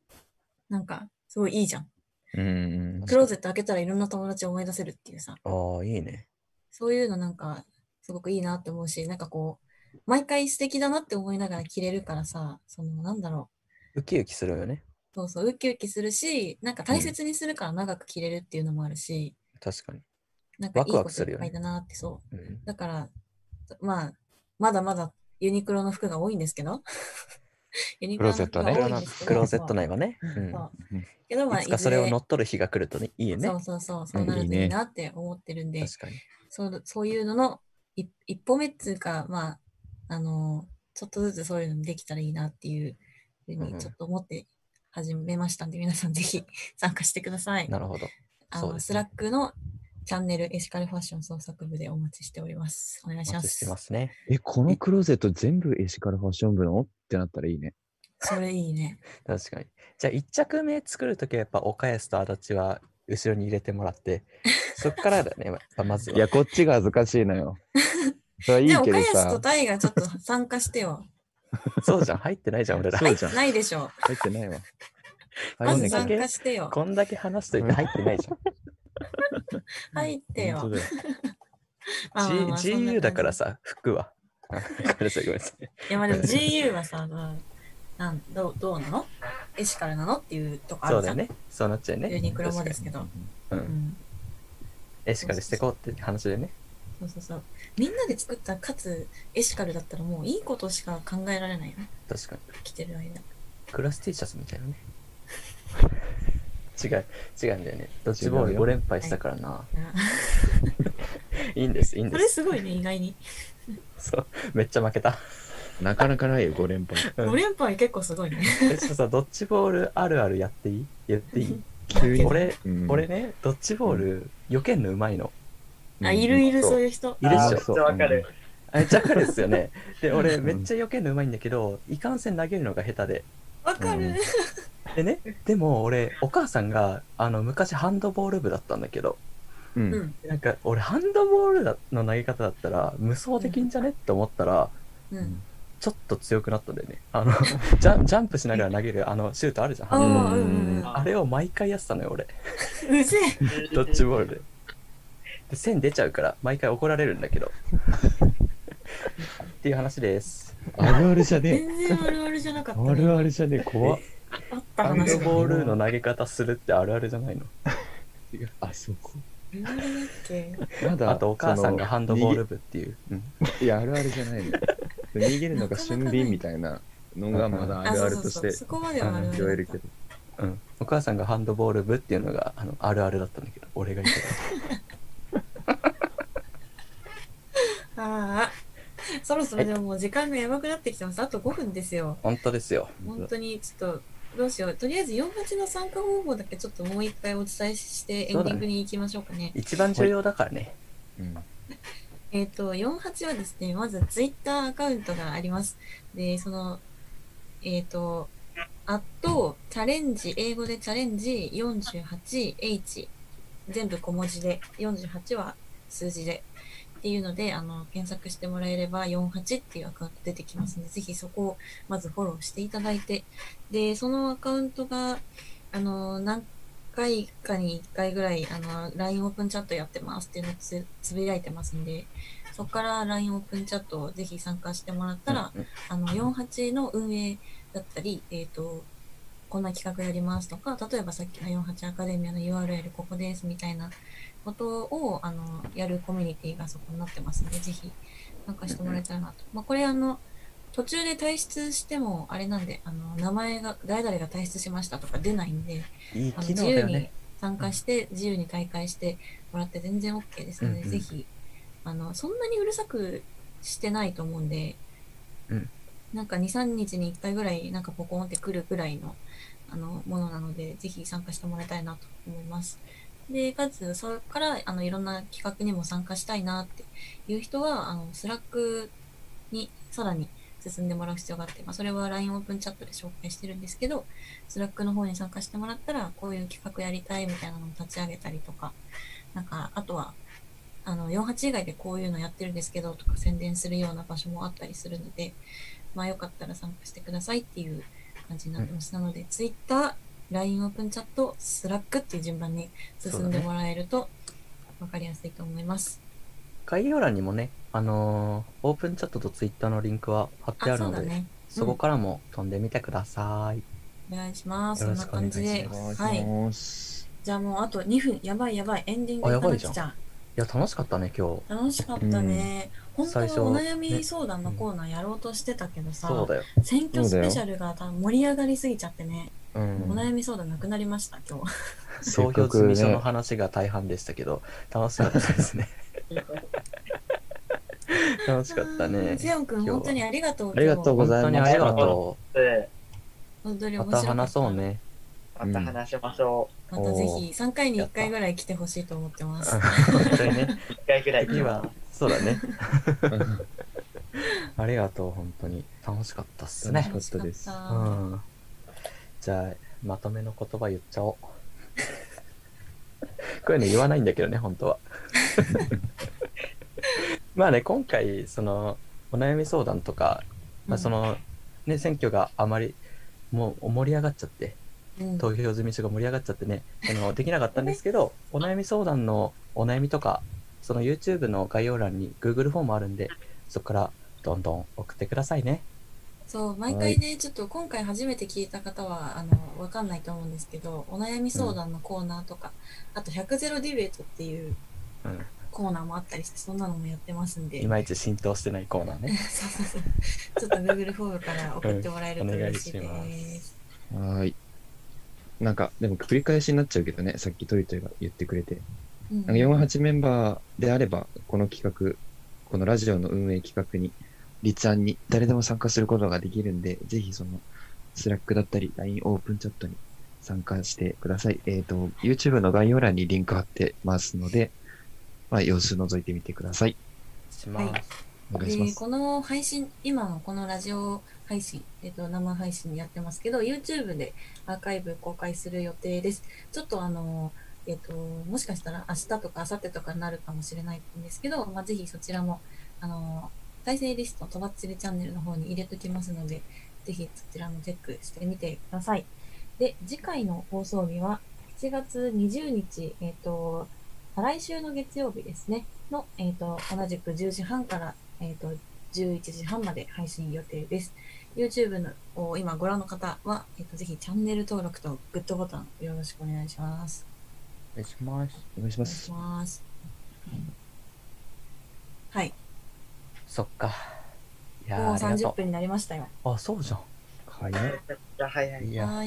なんかすごいいいじゃん。うんうんクローゼット開けたらいろんな友達を思い出せるっていうさ、ああ、いいね。そういうのなんかすごくいいなって思うし、なんかこう、毎回素敵だなって思いながら着れるからさ、そのなんだろウキウキするよね。う、そうそう、ウキウキするし、なんか大切にするから長く着れるっていうのもあるし、確かに。なんかいワいクワこクすとるいっよぱねいだなってそう。うんだから、まあ、まだまだユニクロの服が多いんですけど。 ユニクロの服がク多ロいんのですけど。クローゼット内はね。うんそううんけど、まあ、いつかそれを乗いっ取る日が来るとね、いいよずねれ。そうそうそう、そうなうるんといいいいねなって思ってるんで、確かに。そうそういうのの一一歩目っていうか、まあ、あのーちょっとずつそういうのできたらいいなっていうふううんうにんちょっと思って始めましたんで、皆さんぜひ 参加してください。なるほど。あそうの、ですスねラックのチャンネルエシカルファッション創作部でお待ちしております。お願いおしま待ちしてす。ますね。え、このクローゼット全部エシカルファッション部のってなったらいいね。それいいね。確かに。じゃあ、一着目作るときはやっぱ、岡安と足立は後ろに入れてもらって、 そっからだよね、やっぱまずは。いや、こっちが恥ずかしい のよ。それはいいじゃあ、岡けど安とさ。タイがちょっと 参加してよ。そうじゃん、入ってないじゃん、俺ら。そうじゃん。ないでしょ入ってないわ。う。入まんずなきゃ参いけけない加してよ。こんだけ話しといて入ってないじゃん。入ってよ。ない。まあまあま G- あそんな感 GU じだからさ、服は。あごめんなさい、ごめんなさい。いや、まあでも GU はさ、まあなんどうどうなのエシカルなのっていうとこあそうるだじゃよん。ね。そうなっちゃうよね。ユニクロ確もかでにすけど。う。うんん。エシカルしてこうって話でね。そうそうそう。みんなで作った、かつエシカルだったらもういいことしか考えられないよ。確かに。着てる間。クラス T シャツみたい なね。違う、違うんだよね。ドッジボー違うルよ5連敗したからな。あいいんです、いいんそでれす。すごいね、意外に。そう、めっちゃ負けた。なかなかないよ、5連覇。うん5連敗結構すごいね。えちょっとさ、ドッジボールあるあるやっていいやっていい急に俺、うん俺、ね、ドッジボール、避けんのうまいの。うんあ、いるいる、そうそういう人。いるっしょあーめっちゃわかる。あめっちゃわかるっすよね。で、俺、めっちゃ避けんのうまいんだけど、いかんせん投げるのが下手で。わかる。でね、でも俺、お母さんが、あの、昔ハンドボール部だったんだけど、う。うんん。なんか、俺、ハンドボールだの投げ方だったら、無双できんじゃねって思ったら、うん。ちょっと強くなったんだよね。 あの、ジャンジャンプしながら投げる、あの、シュートあるじゃんハあンドボール。あ、うんうんうん。あれを毎回やってたのよ、俺。うぜえ。ドッジボールで。で、線出ちゃうから、毎回怒られるんだけど。っていう話です。あるあるじゃねえ。全然あるあるじゃなかったね。あるあるじゃね え。怖っ。あったハンド話が。ボールの投げ方するってあるあるじゃないの。あ、そこ。あるあるだっけまだ、あと、お母さんがハンドボールそ部っていう。うんの。逃げいや、あるあるじ ゃないの。逃げるのが俊敏みたいなのがまだああるそあうるそうとしそう。てそこまではあるある。聞こえるけど。。うん、お母さんがハンドボール部っていうのがあのあるあるだったんだけど俺が言ってああ。 そろそろでももう時間がやばくなってきてます。あと5分ですよ。本当ですよ本当にちょっとどうしよう。とりあえず48の参加方法だけちょっともう一回お伝えしてエンディングに行きましょうかね。一番重要だからね、うん。えっ、と、48はですね、まずツイッターアカウントがあります。で、その、えっ、と、あと、チャレンジ、英語でチャレンジ 48H、全部小文字で、48は数字で、っていうので、あの、検索してもらえれば48っていうアカウント出てきますので、ぜひそこをまずフォローしていただいて、で、そのアカウントが、あの、なん回かに1回ぐらい、あの、LINE オープンチャットやってますっていうのをつつぶやいてますんで、そこから LINE オープンチャットをぜひ参加してもらったら、あの、48の運営だったり、えっ、と、こんな企画やりますとか、例えばさっきの48アカデミアの URL ここですみたいなことを、あの、やるコミュニティがそこになってますんで、ぜひ参加してもらえたらなと。まあ、これあの、途中で退出しても、あれなんで、あの、名前が、誰々が退出しましたとか出ないんで、いいあの機能自だ由よにね参加して、自由に大会してもらって全然 OK ですので、うんうんぜひあのそんなにうるさくしてないと思うんで、うんなんか23日に1回ぐらいなんかポコンってくるぐらいのあのものなのでぜひ参加してもらいたいなと思います。でかつそれからあのいろんな企画にも参加したいなっていう人はあのスラックにさらに進んでもらう必要があって、まあ、それは LINE オープンチャットで紹介してるんですけどスラックの方に参加してもらったら、こういう企画やりたいみたいなのを立ち上げたりとか、なんか、あとは、あの、48以外でこういうのやってるんですけどとか宣伝するような場所もあったりするので、まあよかったら参加してくださいっていう感じになってます。なので、Twitter、LINE オープンチャット、スラックっていう順番に進んでもらえると分かりやすいと思います。概要欄にもねあのーオープンチャットとツイッターのリンクは貼ってあるあ、そのうでだそ,、ね。こからも飛んでみてください、お願いします。よそんろなしくお願感いしじますで。はい。よしじゃあもうあと2分。やばいやばい。エンディングあいやかばないくじゃんちゃ。いや楽しかったね今日楽しかったね。本当最初はお悩みね相談のコーナーやろうとしてたけどさ、そうだよ選挙スペシャルが多分盛り上がりすぎちゃってね、 うんお悩み相談なくなりました、今日。せっ投か票く済ねみ書の話が大半でしたけど楽しかったですね 楽しかった ねセヨン君、今日は本当にありがとう。ありがとうご本ざい当にまあしりた。がと本当にう面ま白かたった。話そう。ねまた話しましょまたぜおひ3回に1回ぐらい来てほしいと思ってます。本当にねう。一回ぐらい。次 はそうだねうんありがとう、本当に。楽しかったっす楽しね。かったです楽しうかっん。じゃあ、まとめの言葉言っちゃおう。 こういうの言わないんだけどね、本当は。 まあね、今回、その、お悩み相談とか、まあ、その、ね、選挙があまり、もう盛り上がっちゃって、たうん投票済み書が盛り上がっちゃってね、あのできなかったんですけど、お悩み相談のお悩みとか、その YouTube の概要欄に Google フォームあるんで、そこからどんどん送ってくださいね。そう、毎回ね、ちょっと今回初めて聞いた方は、あの、わかんないと思うんですけど、お悩み相談のコーナーとか、あと100ゼロディベートっていううんコーナーもあったりして、そんなのもやってますんでい。まいち浸透してないコーナーね。そうそうそう。ちょっと Google フォームから送ってもらえるとうんお願い嬉しいしです。ます はーい。なんか、でも繰り返しになっちゃうけどね、さっきトリトリが言ってくれて。うんなんか48メンバーであれば、この企画、このラジオの運営企画に、立案に誰でも参加することができるんで、ぜひその、スラックだったり、LINE オープンチャットに参加してください。えっ、と、YouTube の概要欄にリンク貼ってますので、まあ、様子覗いてみてください。します。お願いしま。ですこの配信、今のこのラジオ配信、えっと、生配信やってますけど、YouTube でアーカイブ公開する予定です。ちょっとあの、えっと、もしかしたら明日とか明後日とかになるかもしれないんですけど、まあ、ぜひそちらも、あの、再生リスト、とばっちりチャンネルの方に入れときますので、ぜひそちらもチェックしてみてください。で、次回の放送日は7月20日、えっと、来週の月曜日ですね、の、えっと、同じく10時半から、えっと、11時半まで配信予定です。YouTube のを今ご覧の方は、えっと、ぜひチャンネル登録とグッドボタンよろしくお願いします。お願いします。お願いしお願まいすし。ます。はい。そっか。いやもうー、ありが30と分になりましたよ。う。あ、そうじゃん。早い。じゃあはいはい。いや、早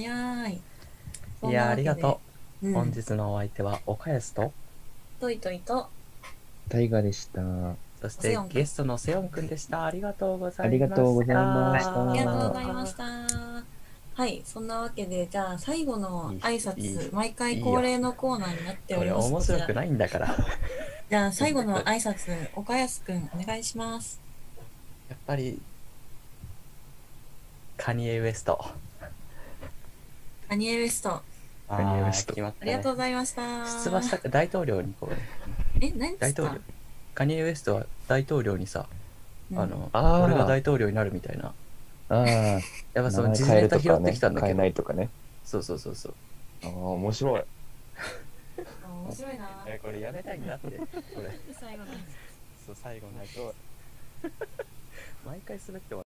い。いやー、ありがとうう。ん。本日のお相手は、岡安と、といといと。タイガーでした。そしおせてよんくんゲストのセヨンくんでした。ありがとうございました。ありがとうございましたありがとうございました。はい、そんなわけで、じゃあ最後の挨拶、いいいい毎回恒例のコーナーになっておこりれます。面白くこちらないんだから。じゃあ最後の挨拶、岡安くんお願いします。やっぱり、カニエ・ウエスト。アニエウエスト、カニエウエスト決まっあた、りね。がとうございました。出馬したく大統領にこう、え、何で大す統か領。カニエ・ウエストは大統領にさ、うんあの、あー俺が大統領になるみたいな。ああ。やっぱその名時事前変えネるタと拾かってねきたんだ変けえど、ないとかね。そうそうそうそう。ああ、面白い。あ面白いな。これやめたいんだって、これ。最後の。 そう、最後のやつ。毎回滑って終わる